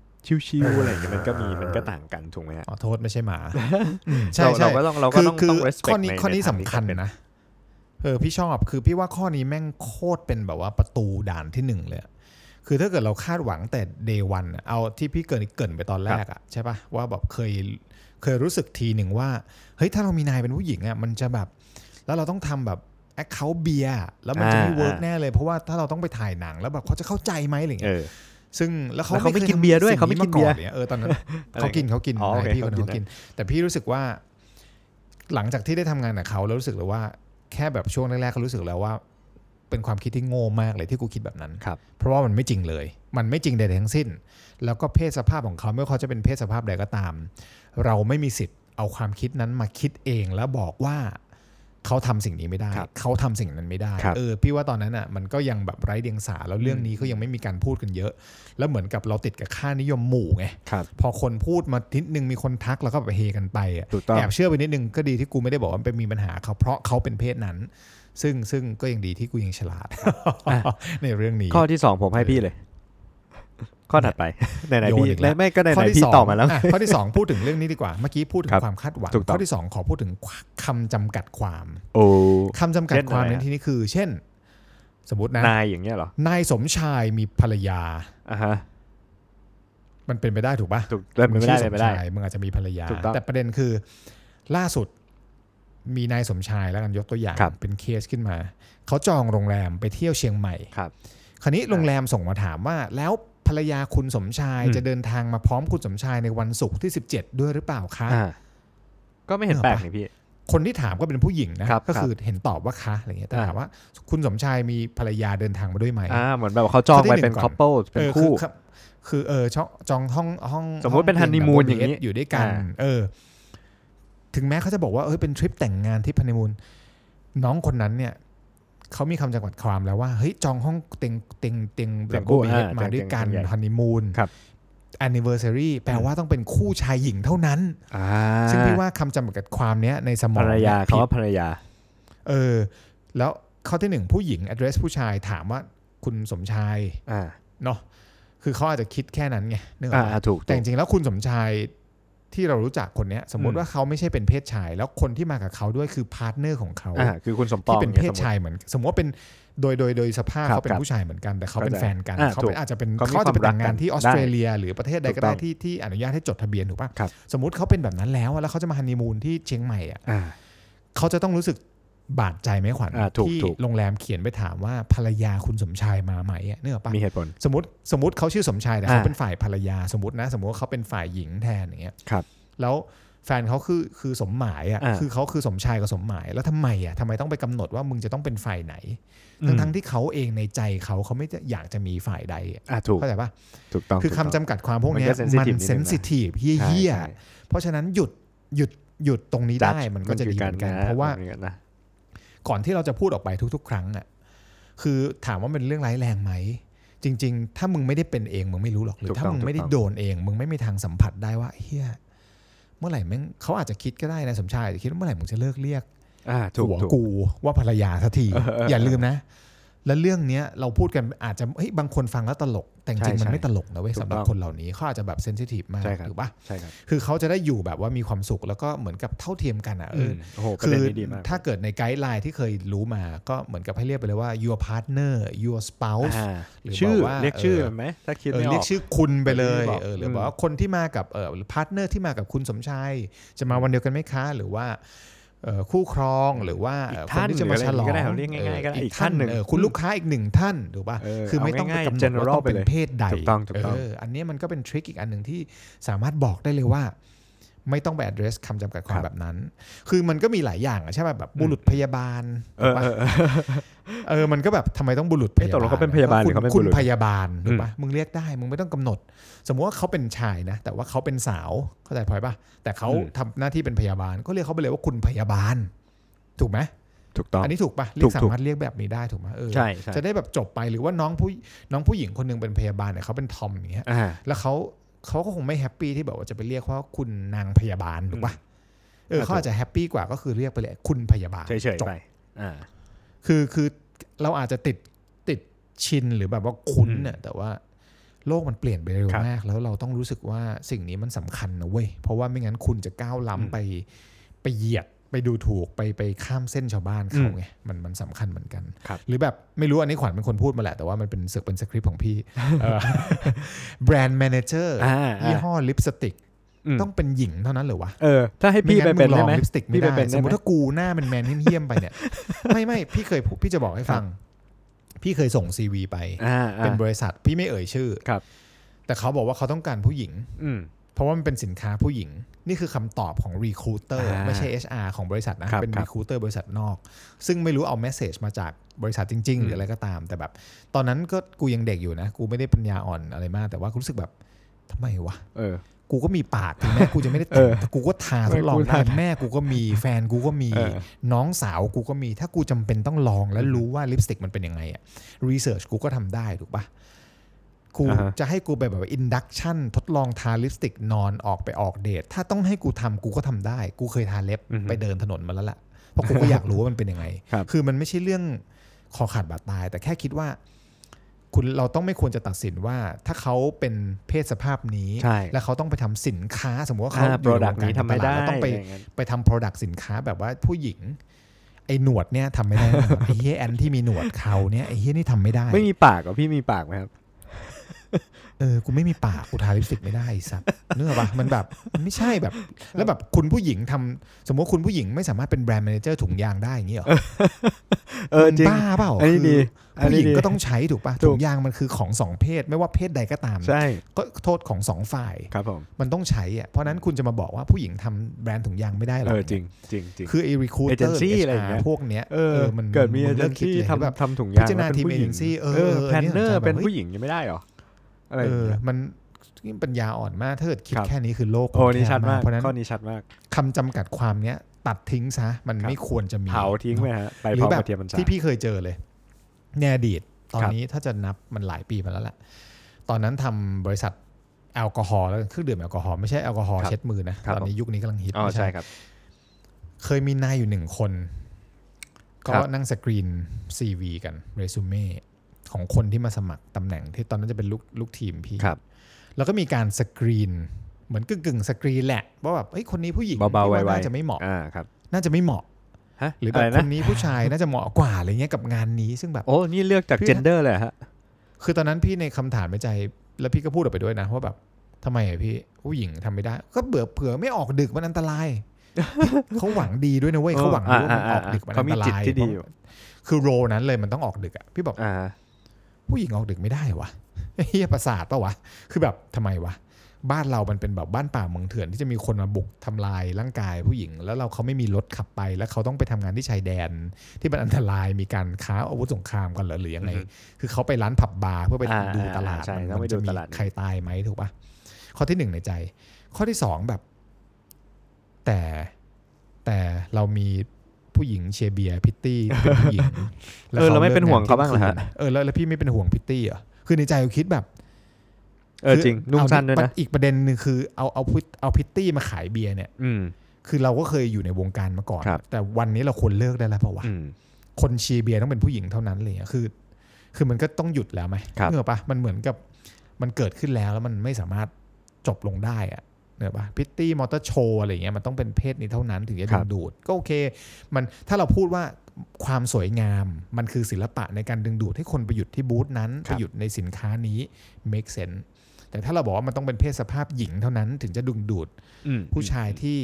Speaker 5: ชิวๆอะไรอย่างเงี้ยมันก็มีมันก็ต่างกันถูกไหมฮะ
Speaker 4: อ๋อโทษไม่ใช่หมาใช่
Speaker 5: เรา
Speaker 4: ใช่
Speaker 5: เราก็ต้องเราก็ต้อง
Speaker 4: คือ
Speaker 5: ต้อง
Speaker 4: คือ
Speaker 5: respect
Speaker 4: ข้อนี้
Speaker 5: ใน
Speaker 4: ข้อนี้
Speaker 5: ใทาง
Speaker 4: สำคัญ
Speaker 5: ที่เป็น
Speaker 4: นะเออพี่ชอบคือพี่ว่าข้อนี้แม่งโคตรเป็นแบบว่าประตูด่านที่หนึ่งเลยอะคือถ้าเกิดเราคาดหวังแต่ day one อะเอาที่พี่เกรินเกรินไปตอนแรกอะใช่ปะว่าแบบเคยเคยรู้สึกทีหนึ่งว่า เฮ้ยถ้าเรามีนายเป็นผู้หญิงอะมันจะแบบ แล้วเราต้องทำแบบ account เบียแล้วมันจะไม่เวิร์กแน่เลย เพราะว่าถ้าเราต้องไปถ่ายหนังแล้วแบบเขาจะเข้าใจไหมอะไรอย่าง
Speaker 5: เอ
Speaker 4: เงี้ย
Speaker 5: อ
Speaker 4: ซึ่งแล้วเขา
Speaker 5: แล้วเขาไม่
Speaker 4: ค
Speaker 5: กินเบียร์ด้วย
Speaker 4: ทำ
Speaker 5: เขาไม่
Speaker 4: สิ่ง
Speaker 5: กินเบียร์
Speaker 4: าอนี่เออตอนนั้น เขากินเขากิน
Speaker 5: อ๋อโอเค
Speaker 4: ไอ้พี่คนนั้น
Speaker 5: เขา
Speaker 4: เขา
Speaker 5: กิ
Speaker 4: กิ
Speaker 5: น
Speaker 4: น แต่พี่รู้สึกว่า หลังจากที่ได้ทำงานกับเขาแล้วรู้สึกเลยว่า แค่แบบช่วงแรกๆเขารู้สึกแล้วว่า เป็นความคิดที่โง่มากเลยที่กูคิดแบบนั้น
Speaker 5: ครับ
Speaker 4: เพราะว่ามันไม่จริงเลย มันไม่จริงใดๆทั้งสิ้น แล้วก็เพศสภาพของเขาไม่ว่าเขาจะเป็นเพศสภาพใดก็ตาม เราไม่มีสิทธิ์เอาความคิดนั้นมาคิดเองแล้วบอกว่า เขาทำสิ่งนี้ไม่ได้
Speaker 5: ครับ
Speaker 4: เขาทำสิ่งนั้นไม่ได้
Speaker 5: ครับ
Speaker 4: เออพี่ว่าตอนนั้นอ่ะมันก็ยังแบบไร้เดียงสาแล้วเรื่องนี้ก็ยังไม่มีการพูดกันเยอะ แล้วเหมือนกับเราติดกับค่านิยมหมู่ไง
Speaker 5: ครับ
Speaker 4: พอคนพูดมานิดนึงมีคนทักแล้วก็แบบเฮกันไปอะ
Speaker 5: ถูกต้อง
Speaker 4: แอบเชื่อไปนิดนึงก็ดีที่กูไม่ได้บอกว่ามันเป็นมีปัญหาเขาเพราะเขาเป็นเพศนั้น ซึ่งซึ่งก็ยังดีที่กูยังฉลาด
Speaker 5: อ่ะ
Speaker 4: ในเรื่องนี้
Speaker 5: ข้อที่สองผมให้พี่เลย ข้อถัดไป ไหนๆ
Speaker 4: โยน
Speaker 5: พี่
Speaker 4: อีกแล้
Speaker 5: และ
Speaker 4: ว
Speaker 5: ไม่ก็ไห
Speaker 4: ข้
Speaker 5: นๆ
Speaker 4: ที่
Speaker 5: พี่
Speaker 4: สง
Speaker 5: ตอบมาแล้ว
Speaker 4: ะข้อที่สองพูดถึงเรื่องนี้ดีกว่าเมื่อกี้พูดถึง
Speaker 5: ครับ
Speaker 4: ความคาดหวัง
Speaker 5: ถูกต้อง
Speaker 4: ข้อที่สองขอพูดถึงคำจำกัดความ
Speaker 5: โอ้
Speaker 4: คำจำกัด
Speaker 5: เช่น
Speaker 4: ความ
Speaker 5: อะไร
Speaker 4: ใน
Speaker 5: ฮะ
Speaker 4: ที่นี้คือ เช่น สมมตินะ
Speaker 5: นายอย่างเงี้ยเหรอน
Speaker 4: ายสมชายมีภรรยา
Speaker 5: อ่ะฮะ
Speaker 4: มันเป็นไปได้ถูกปะ
Speaker 5: ถูกเริ่ม
Speaker 4: ง
Speaker 5: ไม่ได้
Speaker 4: ชื่
Speaker 5: เล
Speaker 4: อย ส
Speaker 5: ไม่ได้
Speaker 4: ชายมึงอาจจะมีภรรยา
Speaker 5: ถูกต้อง
Speaker 4: แต่ประเด็นคือล่าสุดมีนายสมชายแล้วกันยกตัวอย่าง
Speaker 5: ครับ
Speaker 4: เป็นเคสขึ้นมา เขาจองโรงแรมไปเที่ยวเชียงใหม่
Speaker 5: ครับ
Speaker 4: คราวนี้โรงแรมส่งมาถามว่า แล้วภรรยาคุณสมชาย
Speaker 5: อืม
Speaker 4: จะเดินทางมาพร้อมคุณสมชายในวันศุกร์ที่ 17 ด้วยหรือเปล่าคะ
Speaker 5: อ่าก็ไม่เห็น
Speaker 4: เออ
Speaker 5: แปลก
Speaker 4: ปะ
Speaker 5: นี่พี่
Speaker 4: คนที่ถามก็เป็นผู้หญิงนะครับ ก็คือเห็นตอบว่าคะอะไรเงี้ยแต่
Speaker 5: อ่า
Speaker 4: ถามว่าคุณสมชายมีภรรยาเดินทางมาด้วยไหม
Speaker 5: อ่าเหมือนแบบว่าเขาจองไว้
Speaker 4: ข้อที่
Speaker 5: เป็น
Speaker 4: หนึ่งก่อน
Speaker 5: คั p เปิลเป็น
Speaker 4: ออ
Speaker 5: คู่
Speaker 4: รับคือเออช่องจองห้องห้อง
Speaker 5: สมมุติเป็น
Speaker 4: ห้
Speaker 5: honeymoon
Speaker 4: BS
Speaker 5: อย่างนี้
Speaker 4: อยู่ด้วยกัน
Speaker 5: อ่า
Speaker 4: เออ ถึงแม้เขาจะบอกว่าเอ้ยเป็นทริปแต่งงานทริปฮันนีมูนน้องคนนั้นเนี่ยเขามีคำจำกัดความแล้วว่าเฮ้ยจองห้องเต็งเต็งเต็ง
Speaker 5: เต็
Speaker 4: แบ
Speaker 5: ง
Speaker 4: บ
Speaker 5: คู่
Speaker 4: โบเฮด
Speaker 5: อ่า
Speaker 4: มาด้วยกัน
Speaker 5: เต็งเต็งใหญ่
Speaker 4: ฮันนีมูน
Speaker 5: ครับ
Speaker 4: แอนนิเวอร์ซรีแปลว่าต้องเป็นคู่ชายหญิงเท่านั้น
Speaker 5: อ่า
Speaker 4: ซึ่งพี่ว่าคำจำกัดความเนี้ยในสมอ
Speaker 5: ภรง รยา
Speaker 4: ผิ
Speaker 5: เขา
Speaker 4: ด
Speaker 5: ว่าภรรยา
Speaker 4: เออ แล้วข้อที่หนึ่งผู้หญิง address ผู้ชายถามว่าคุณสมชาย
Speaker 5: อ่า
Speaker 4: เนาะคือเขาอาจจะคิดแค่นั้นไงเนื่อ
Speaker 5: อ่า
Speaker 4: อกปะ
Speaker 5: ถูก
Speaker 4: แต่จ
Speaker 5: ถูก
Speaker 4: ริงๆแล้วคุณสมชายที่เรารู้จักคนเนี้ย สมม
Speaker 5: อื
Speaker 4: ติ
Speaker 5: ม
Speaker 4: ว่าเขาไม่ใช่เป็นเพศชาย แล้วคนที่มากับเขาด้วยคือพาร์ทเนอร์ของเขา
Speaker 5: อ่าคือคุณสมปอ
Speaker 4: ที่
Speaker 5: ง
Speaker 4: เป็น
Speaker 5: นี่
Speaker 4: เพ
Speaker 5: ย
Speaker 4: ศ
Speaker 5: สมมุติ
Speaker 4: ชายเหมือน สมมติว่าเป็นโดยโดยโดยสภาพ
Speaker 5: ครับ
Speaker 4: เขาเป็
Speaker 5: ครั
Speaker 4: น
Speaker 5: บ
Speaker 4: ผู้ชายเหมือนกัน แต่เขาเป็น
Speaker 5: เข้าใจ
Speaker 4: แฟนกัน
Speaker 5: อ่า
Speaker 4: เขา
Speaker 5: ถู
Speaker 4: เป็น
Speaker 5: ก
Speaker 4: อาจจะเป็น
Speaker 5: เขามี
Speaker 4: เขาอาจจะเป็น
Speaker 5: ความรัก
Speaker 4: แต่ง
Speaker 5: กั
Speaker 4: งานนที่ออสเตรเลีย หรือประเทศใดก็ได้
Speaker 5: ถูกต้อง
Speaker 4: ที่ที่อนุญาตให้จดทะเบียนถูกปะ
Speaker 5: ครับ
Speaker 4: สมมติเขาเป็นแบบนั้นแล้วแล้วเขาจะมาฮันนีมูนที่เชียงใหม่อะ
Speaker 5: อ่า
Speaker 4: เขาจะต้องรู้สึกบาดใจไหมขวัญ
Speaker 5: อ่าถูก
Speaker 4: ที่
Speaker 5: ถูก
Speaker 4: โรงแรมเขียนไปถามว่าภรรยาคุณสมชายมาไหมอะเนี่ยปะ
Speaker 5: มีเหตุผล
Speaker 4: สมมติสมมติเขาชื่อสมชายแต่เขา
Speaker 5: อ่า
Speaker 4: เป็นฝ่ายภรรยาสมมตินะ สมมติว่าเขาเป็นฝ่ายหญิงแทนอย่างเงี้ย
Speaker 5: ครับ
Speaker 4: แล้วแฟนเขาคือคือสมหมายอ่ะ
Speaker 5: อ่า
Speaker 4: คือเขาคือสมชายกับสมหมายแล้วทำไมอ่ะทำไมต้องไปกำหนดว่ามึงจะต้องเป็นฝ่ายไหน
Speaker 5: อืม
Speaker 4: ทั้งทั้งที่เขาเองในใจเขาเขาไม่ได้อยากจะมีฝ่ายใดอะ
Speaker 5: อ่าถูก
Speaker 4: เข้าใจปะ
Speaker 5: ถูกต้อง
Speaker 4: คือ
Speaker 5: ถูก
Speaker 4: คำจำ
Speaker 5: ต้ง
Speaker 4: กัดความพวกเนี้ย
Speaker 5: มันก็ sensitive นิดนึง
Speaker 4: มัน
Speaker 5: นะ
Speaker 4: เซนซิทีฟเฮี้ย
Speaker 5: ใช่ใช่
Speaker 4: ๆเพราะฉะนั้นหยุดหยุดหยุดตรงนี้
Speaker 5: จัด
Speaker 4: ได้มันก็จะดีเหมือนกัน
Speaker 5: มัคื
Speaker 4: เพราะว่า
Speaker 5: อย่งนั้นนะ
Speaker 4: ก่อนที่เราจะพูดออกไปทุกๆ ครั้งอะ่ะคือถามว่าเป็นเรื่องร้ายแรงไหม จริง ๆ ถ้ามึงไม่ได้เป็นเองมึงไม่รู้หรอกหรื
Speaker 5: ถู
Speaker 4: อก
Speaker 5: ต้อง
Speaker 4: ถ้ามึงไม่ได้
Speaker 5: ถูกต้อง
Speaker 4: โดนเอง มึงไม่มีทางสัมผัสได้ว่าเฮียเมื่อไหร่แม่งเขาอาจจะคิดก็ได้นะสมชายอาจจะคิดว่าเมื่อไหร่มึงจะเลิกเรียก
Speaker 5: อ่าถูก
Speaker 4: หัว
Speaker 5: ถูก
Speaker 4: กูว่าภรรยาสัก ที
Speaker 5: เออเออ
Speaker 4: อย่าลืมนะ แล้วเรื่องเนี้ยเราพูดกันอาจจะเฮ้ยบางคนฟังแล้วตลก แต่จ
Speaker 5: ใช่
Speaker 4: ริงๆมัน
Speaker 5: ใช่
Speaker 4: ไม่ตลกนะเว้ย
Speaker 5: ถูก
Speaker 4: สำหรับ
Speaker 5: ต้อง
Speaker 4: คนเหล่านี้เขาอาจจะแบบเซนซิทีฟมาก
Speaker 5: ใช่ครับ
Speaker 4: ถูกปะ
Speaker 5: ใช่ครับ
Speaker 4: คือเขาจะได้อยู่แบบว่ามีความสุขแล้วก็เหมือนกับเท่าเทียมกันอ่ะเอออ
Speaker 5: มโอ้โหประ
Speaker 4: คื
Speaker 5: เด็น
Speaker 4: อ
Speaker 5: นี้ดีมาก
Speaker 4: ถ้าเกิดในไกด์ไลน์ที่เคยรู้มาก็เหมือนกับให้เรียกไปเลยว่า your partner your spouse
Speaker 5: อ่า
Speaker 4: หรือ
Speaker 5: ชื่อ
Speaker 4: บอกว่า
Speaker 5: เรียกชื่อ
Speaker 4: เออ
Speaker 5: ไหมถ้าคิด
Speaker 4: เอ
Speaker 5: ไม่
Speaker 4: อ
Speaker 5: ออ
Speaker 4: เรี
Speaker 5: ย ก
Speaker 4: กชื่อคุณไปเลย
Speaker 5: แบบนี้บอก
Speaker 4: เออหรือ
Speaker 5: ม
Speaker 4: อบอกว่าคนที่มากับเออพาร์ทเนอร์ที่มากับคุณสมชายจะมาวันเดียวกันไหมคะ หรือว่าเอ่อคู่ครองหรือว่าเอ่อ
Speaker 5: อีก
Speaker 4: ค
Speaker 5: ท่าน
Speaker 4: นที่จะมาฉลอง
Speaker 5: หรืออะไรอย่างงี้ก็ได้เรียกง่ายๆก็ได้
Speaker 4: เออ
Speaker 5: อีกท่านหนึ่ง
Speaker 4: เออคุณลูกค้าอีกหนึ่งท่านถูกป่ะ
Speaker 5: เออ
Speaker 4: คือไม่ต้องไป
Speaker 5: เอาง่ายๆ
Speaker 4: กำหนด
Speaker 5: general
Speaker 4: ว่าต้อง
Speaker 5: ไป
Speaker 4: เป็น
Speaker 5: เลย
Speaker 4: เพศใด
Speaker 5: ถูกต้องถูกต้อง
Speaker 4: เอออันเนี้ยมันก็เป็นทริคอีกอันหนึ่งที่สามารถบอกได้เลยว่า ไม่ต้องไป address คำจำกัดความแบบนั้น คือมันก็มีหลายอย่างอะใช่ป่ะแบบบุรุษพยาบาล
Speaker 5: เออ
Speaker 4: ถูกปะ
Speaker 5: เออเออ
Speaker 4: เออ มันก็แบบทำไมต้องบุรุษพ
Speaker 5: เอ๊ะ
Speaker 4: ยาบา
Speaker 5: ตก
Speaker 4: ล
Speaker 5: ลงเขาเป็นพยาบาลหรือเขาเป็น
Speaker 4: คุณ
Speaker 5: บุรุษ
Speaker 4: พยาบาลถูกปะมึงเรียกได้ มึงไม่ต้องกำหนด สมมุติว่าเขาเป็นชายนะ แต่ว่าเขาเป็นสาว เข้าใจพลอยปะแต่เขา
Speaker 5: อืม
Speaker 4: ทำหน้าที่เป็นพยาบาล ก็เรียกเขาไปเลยว่าคุณพยาบาล ถูกไหม
Speaker 5: ถูกต้อง
Speaker 4: อันนี้ถูกปะเรี
Speaker 5: ถู
Speaker 4: ย
Speaker 5: ก
Speaker 4: ก
Speaker 5: ถูก
Speaker 4: สามารถเรียกแบบนี้ได้ถูกไหมเออ
Speaker 5: ใช่ใช่
Speaker 4: จะได้แบบจบไปหรือว่าน้องผู้น้องผู้หญิงคนหนึงเป็นพยาบาลเนี่ยเขาเป็นทอมอย่างเงี้ย
Speaker 5: อ่า
Speaker 4: แล้วเขาเขาก็คงไม่แฮปปี้ที่แบบว่าจะไปเรียกว่าคุณนางพยาบาลถูกปะเออ
Speaker 5: อ่ะ
Speaker 4: เขา
Speaker 5: ถูก
Speaker 4: อาจจะแฮปปี้กว่าก็คือเรียกไปเลยคุณพยาบาล
Speaker 5: เฉย
Speaker 4: จ
Speaker 5: ๆ
Speaker 4: บ
Speaker 5: ไปอ่า
Speaker 4: คือคือเราอาจจะติดติดชินหรือแบบว่าคุ้นน่ะแต่ว่าโลกมันเปลี่ยนไปเร็ว
Speaker 5: ครับ
Speaker 4: มาก แล้วเราต้องรู้สึกว่าสิ่งนี้มันสำคัญนะเว้ย เพราะว่าไม่งั้นคุณจะก้าว
Speaker 5: อืม
Speaker 4: ล้ำไปไปเหยียดไปดูถูกไปไปข้ามเส้นชาวบ้านเขา
Speaker 5: อืม
Speaker 4: ไงมันมันสำคัญเหมือนกัน
Speaker 5: ครับ
Speaker 4: หรือแบบไม่รู้อันนี้ขวัญเป็นคนพูดมาแหละ แต่ว่ามันเป็นสึกเป็นสคริปต์ขอ ง พี่แบรนด์แมเนเจอร์
Speaker 5: อ่า
Speaker 4: ยี่
Speaker 5: อ่า
Speaker 4: ห้อลิปสติก
Speaker 5: ม
Speaker 4: ต้องเป็นหญิงเท่านั้นเหรือวะ
Speaker 5: เออ ถ้าให้พี่ไป
Speaker 4: ม่งั้
Speaker 5: เป็นได้
Speaker 4: มึงลอง
Speaker 5: ไหม
Speaker 4: ลิปสติกไม่
Speaker 5: พี่ไป
Speaker 4: ได้
Speaker 5: เป็น
Speaker 4: ส
Speaker 5: ได้
Speaker 4: ม
Speaker 5: ไห
Speaker 4: ม
Speaker 5: ม
Speaker 4: ติถ้ากูหน้ามันแมนเยี่ยมๆไป เนี่ย ไม่ไม่พี่เคยพูดพี่จะบอกให้ฟัง พี่เคยส่งซีวีไป
Speaker 5: อ่าอ่า
Speaker 4: เป็นบริษัทพี่ไม่เอ่ยชื่อ
Speaker 5: ครับ
Speaker 4: แต่เขาบอกว่าเขาต้องการผู้หญิง
Speaker 5: อืม
Speaker 4: เพราะว่ามันเป็นสินค้าผู้หญิง นี่คือคำตอบของ recruiter
Speaker 5: อ่า
Speaker 4: ไม่ใช่ HR ของบริษัทนะ
Speaker 5: ครับ
Speaker 4: เป็น
Speaker 5: ครับ
Speaker 4: recruiter บริษัทนอก ซึ่งไม่รู้เอา message มาจากบริษัทจริง
Speaker 5: อื
Speaker 4: ๆ
Speaker 5: ม
Speaker 4: หรืออะไรก็ตาม แต่แบบ ตอนนั้นก็กูยังเด็กอยู่นะ กูไม่ได้ปัญญาอ่อนอะไรมาก แต่ว่ากูรู้สึกแบบทำไมวะ
Speaker 5: เออ
Speaker 4: กูก็มีปาก ถึงแม้กูจะไม่ได้แต่งแต่กูก็ทาทดลอง
Speaker 5: เออกู
Speaker 4: ได้
Speaker 5: ทา
Speaker 4: แม่กูก็ มีแฟนกูก็มี
Speaker 5: เออ
Speaker 4: น้องสาวกูก็มี ถ้ากูจำเป็นต้องลองและรู้ว่าลิปสติกมันเป็นยังไงอะรีเสิร์ชกูก็ทำได้ถูกปะกู
Speaker 5: อ่าฮะ
Speaker 4: จะให้กูไปแบบอินดักชันทดลองทาลิปสติกนอนออกไปออกเดทถ้าต้องให้กูทำกูก็ทำได้ กูเคยทาเล็บไปเดินถนนมาแล้วล่ะเพราะกูก็อยากรู้ว่ามันเป็นยังไง
Speaker 5: ครับ
Speaker 4: คือมันไม่ใช่เรื่องคอขาดบาดตาย แต่แค่คิดว่า คุณเราต้องไม่ควรจะตัดสินว่า ถ้าเขาเป็นเพศสภาพนี้
Speaker 5: ใช่
Speaker 4: แล้วเขาต้องไปทำสินค้า สมมติว่า
Speaker 5: อ่า
Speaker 4: เขาอยู่
Speaker 5: โปรดัก
Speaker 4: ใวง
Speaker 5: นี้ทำไม่
Speaker 4: กา
Speaker 5: ได้
Speaker 4: รตลาแล้วต้องไป
Speaker 5: ะรย่างนั้น
Speaker 4: ไปทำโปรดักสินค้าแบบว่าผู้หญิง ไอ้หนวดเนี่ยทำไม่ได้นะ ไอ้เฮียแอนที่มีหนวดเขาเนี่ยไอ้เฮียนี่ทำไม่ได้
Speaker 5: ไม่มีปากเหรอพี่มีปากไหมครับ
Speaker 4: เออกูไม่มีปากกูทาลิปสติกไม่ได้ไอ้สัตว์เนื้ออกปะมันแบบมันไม่ใช่แบบ แล้วแบบคุณผู้หญิงทำสมมติว่าคุณผู้หญิงไม่สามารถเป็นแบรนด์แมเนเจอร์ถุงยางได้อย่างเงี้ยเหรอ
Speaker 5: เออจริง
Speaker 4: บ้าเปล่า
Speaker 5: อันนี้
Speaker 4: คื
Speaker 5: ดี
Speaker 4: อ
Speaker 5: อัน
Speaker 4: ผู้
Speaker 5: นี้
Speaker 4: หญิง
Speaker 5: ดี
Speaker 4: ก็ต้องใช้ถูกปะ
Speaker 5: ถู
Speaker 4: ถุ
Speaker 5: ก
Speaker 4: งยางมันคือของสองเพศไม่ว่าเพศใดก็ตาม
Speaker 5: ใช่
Speaker 4: ก็โทษของสองฝ่าย
Speaker 5: ครับผม
Speaker 4: มันต้องใช้อะเพราะฉะนั้นคุณจะมาบอกว่าผู้หญิงทำแบรนด์ถุงยางไม่ได้หรอก
Speaker 5: เออจริงจริงจริง
Speaker 4: คือไอ้รีคูเตอร์
Speaker 5: Agency อะไรอย่างเงี้ย
Speaker 4: พวกเนี้ย
Speaker 5: เออ
Speaker 4: มัน
Speaker 5: เกิดมี
Speaker 4: น
Speaker 5: เอเจ
Speaker 4: เลิ
Speaker 5: น
Speaker 4: กคิด
Speaker 5: ซี่
Speaker 4: เลย
Speaker 5: ทำ
Speaker 4: แบบ
Speaker 5: ทำถุงยาง
Speaker 4: พิจารณา
Speaker 5: แล้วเป็นผู้หญิง
Speaker 4: team agency เออ
Speaker 5: เออแพลนเนอร์
Speaker 4: อันนี้น่าสนใจ
Speaker 5: เป็น
Speaker 4: แบบ
Speaker 5: ผู้หญิงยังไม่ได้เหรออะไร
Speaker 4: เอ
Speaker 5: อย่าง
Speaker 4: อ
Speaker 5: เงี้ย
Speaker 4: มันปัญญาอ่อนมากถ้าเกิดคิด
Speaker 5: ครับ
Speaker 4: แค่นี้คือโลก
Speaker 5: โอ้นี่
Speaker 4: แคบ
Speaker 5: ชัดมาก
Speaker 4: เพราะฉะนั้น
Speaker 5: ข้อนี้ชัดมาก
Speaker 4: คำจำกัดความเนี้ยตัดทิ้งซะมัน
Speaker 5: ครับ
Speaker 4: ไม่ควรจะมี
Speaker 5: เผาทิ้งไปฮะไป
Speaker 4: ห
Speaker 5: พ
Speaker 4: รื
Speaker 5: ร้อ
Speaker 4: อ
Speaker 5: ม
Speaker 4: แบบ
Speaker 5: กับเทียมพรรษา
Speaker 4: ที่พี่เคยเจอเลยในอดีตตอน
Speaker 5: ครับ
Speaker 4: นี้ถ้าจะนับมันหลายปีมาแล้วแหละ ตอนนั้นทำบริษัทแอลกอฮอล์แล้วกันเครื่องดื่มแอลกอฮอล์ไม่ใช่แอลกอฮอล์
Speaker 5: ครับ
Speaker 4: เช็ดมือนะครับตอนนี้ยุคนี้กำลังฮิต
Speaker 5: อ๋อ
Speaker 4: ไม่
Speaker 5: ใช่ครับ
Speaker 4: เคยมีนายอยู่หนึ่งคน
Speaker 5: ครั
Speaker 4: ก็
Speaker 5: บ
Speaker 4: นั่งสกรีน CV กันเรซูเม่ของคนที่มาสมัครตำแหน่งที่ตอนนั้นจะเป็นลูกลูกทีมพี่
Speaker 5: ครับ
Speaker 4: แล้วก็มีการสกรีน เหมือนกึ่งกึ่งๆสกรีนแหละว่าแบบเอ้ยคนนี้ผู้หญิง
Speaker 5: เบาๆ
Speaker 4: พี่
Speaker 5: ไวๆ
Speaker 4: ว่าน่าจะไม่เหมาะ
Speaker 5: อ่าครับ
Speaker 4: น่าจะไม่เหมาะ
Speaker 5: ฮะ
Speaker 4: หรือแบ
Speaker 5: อะ
Speaker 4: บ
Speaker 5: ไร
Speaker 4: ค
Speaker 5: นะ
Speaker 4: นนี้ผู้ชายน่าจะเหมาะกว่าอะไรเงี้ยกับงานนี้ซึ่งแบบ
Speaker 5: โอ้นี่เลือกจาก
Speaker 4: พี่
Speaker 5: เจนเดอร์เลยเหรอฮะ
Speaker 4: คือตอนนั้นพี่ในคำถามในใจ แล้วพี่ก็พูดออกไปด้วยนะว่าแบบทำไมอะพี่ผู้หญิงทำไม่ได้ ก็เบื่อเผื่อไม่ออกดึกมันอันตราย เขาหวังดีด้วยนะเว้ยเขาหวังดีว่ามันออกดึกมันอันต
Speaker 5: เขามี
Speaker 4: รา
Speaker 5: จิต
Speaker 4: ย
Speaker 5: ที่ดีอยู่
Speaker 4: คือโรนั้นเลยมันต้องออกดึกอ่ะพี่บอก
Speaker 5: อ่า
Speaker 4: ผู้หญิงออกดึกไม่ได้วะ เฮียประสาทปะวะคือแบบทำไมวะบ้านเรามันเป็นแบบบ้านป่าเมืองเถื่อนที่จะมีคนมาบุกทำลายร่างกายผู้หญิง แล้วเราเขาไม่มีรถขับไป แล้วเขาต้องไปทำงานที่ชายแดน ที่มันอันตรายมีการค้าอาวุธสงครามกันเหรอหรือยังไง
Speaker 5: อือฮึ
Speaker 4: คือเขาไปร้านผับบาร์เพื่อไป
Speaker 5: อ่า
Speaker 4: ดูตลาด
Speaker 5: อ่าใช่ต้
Speaker 4: มัน
Speaker 5: องไป
Speaker 4: มั
Speaker 5: ดู
Speaker 4: นจะมี
Speaker 5: ตลาด
Speaker 4: ใครตายไหมถูกปะข้อที่หนึ่งในใจ ข้อที่สองแบบ แต่แต่เรามีผู้หญิงเชียร์เบียร์พิต ตี้ที่เป็นผู้หญิง แล้ว
Speaker 5: เออเราไม่
Speaker 4: ลิก
Speaker 5: เป็นห่วงเขาบ้างเหรอฮะ
Speaker 4: เออแล้วแล้วพี่ไม่เป็นห่วงพิตตี้เหรอคือในใจกูคิดแบบ
Speaker 5: เออจริง
Speaker 4: คื
Speaker 5: นุ่งสั้นด้วย
Speaker 4: เอา
Speaker 5: นะ
Speaker 4: อีกประเด็นหนึงคือเอาเอาพิตเอาพิตตี้มาขายเบียร์เนี่ย
Speaker 5: อืม
Speaker 4: คือเราก็เคยอยู่ในวงการมาก่อน
Speaker 5: ครับ
Speaker 4: แต่วันนี้เราควรเลิกได้แล้วเปล่าวะ
Speaker 5: อืม
Speaker 4: คนเชียร์เบียร์ต้องเป็นผู้หญิงเท่านั้นอะไรเลยคือ คือมันก็ต้องหยุดแล้วไหม
Speaker 5: ครับ
Speaker 4: เนกออกปะมันเหมือนกับมันเกิดขึ้นแล้วแล้วมันไม่สามารถจบลงได้อะเนกออกปะพิตตี้มอเตอร์โชว์อะไรเงี้ยมันต้องเป็นเพศนี้เท่านั้นถึงจะดึงดูด ก็โอเค มันถ้าเราพูดว่าความสวยงามมันคือศิลปะในการดึงดูดให้คนไปหยุดที่บูธนั้นไปหยุดในสินค้านี้ make sense แต่ถ้าเราบอกว่ามันต้องเป็นเพศสภาพหญิงเท่านั้นถึงจะดึงดูด
Speaker 5: อืม
Speaker 4: ผู้ชายที่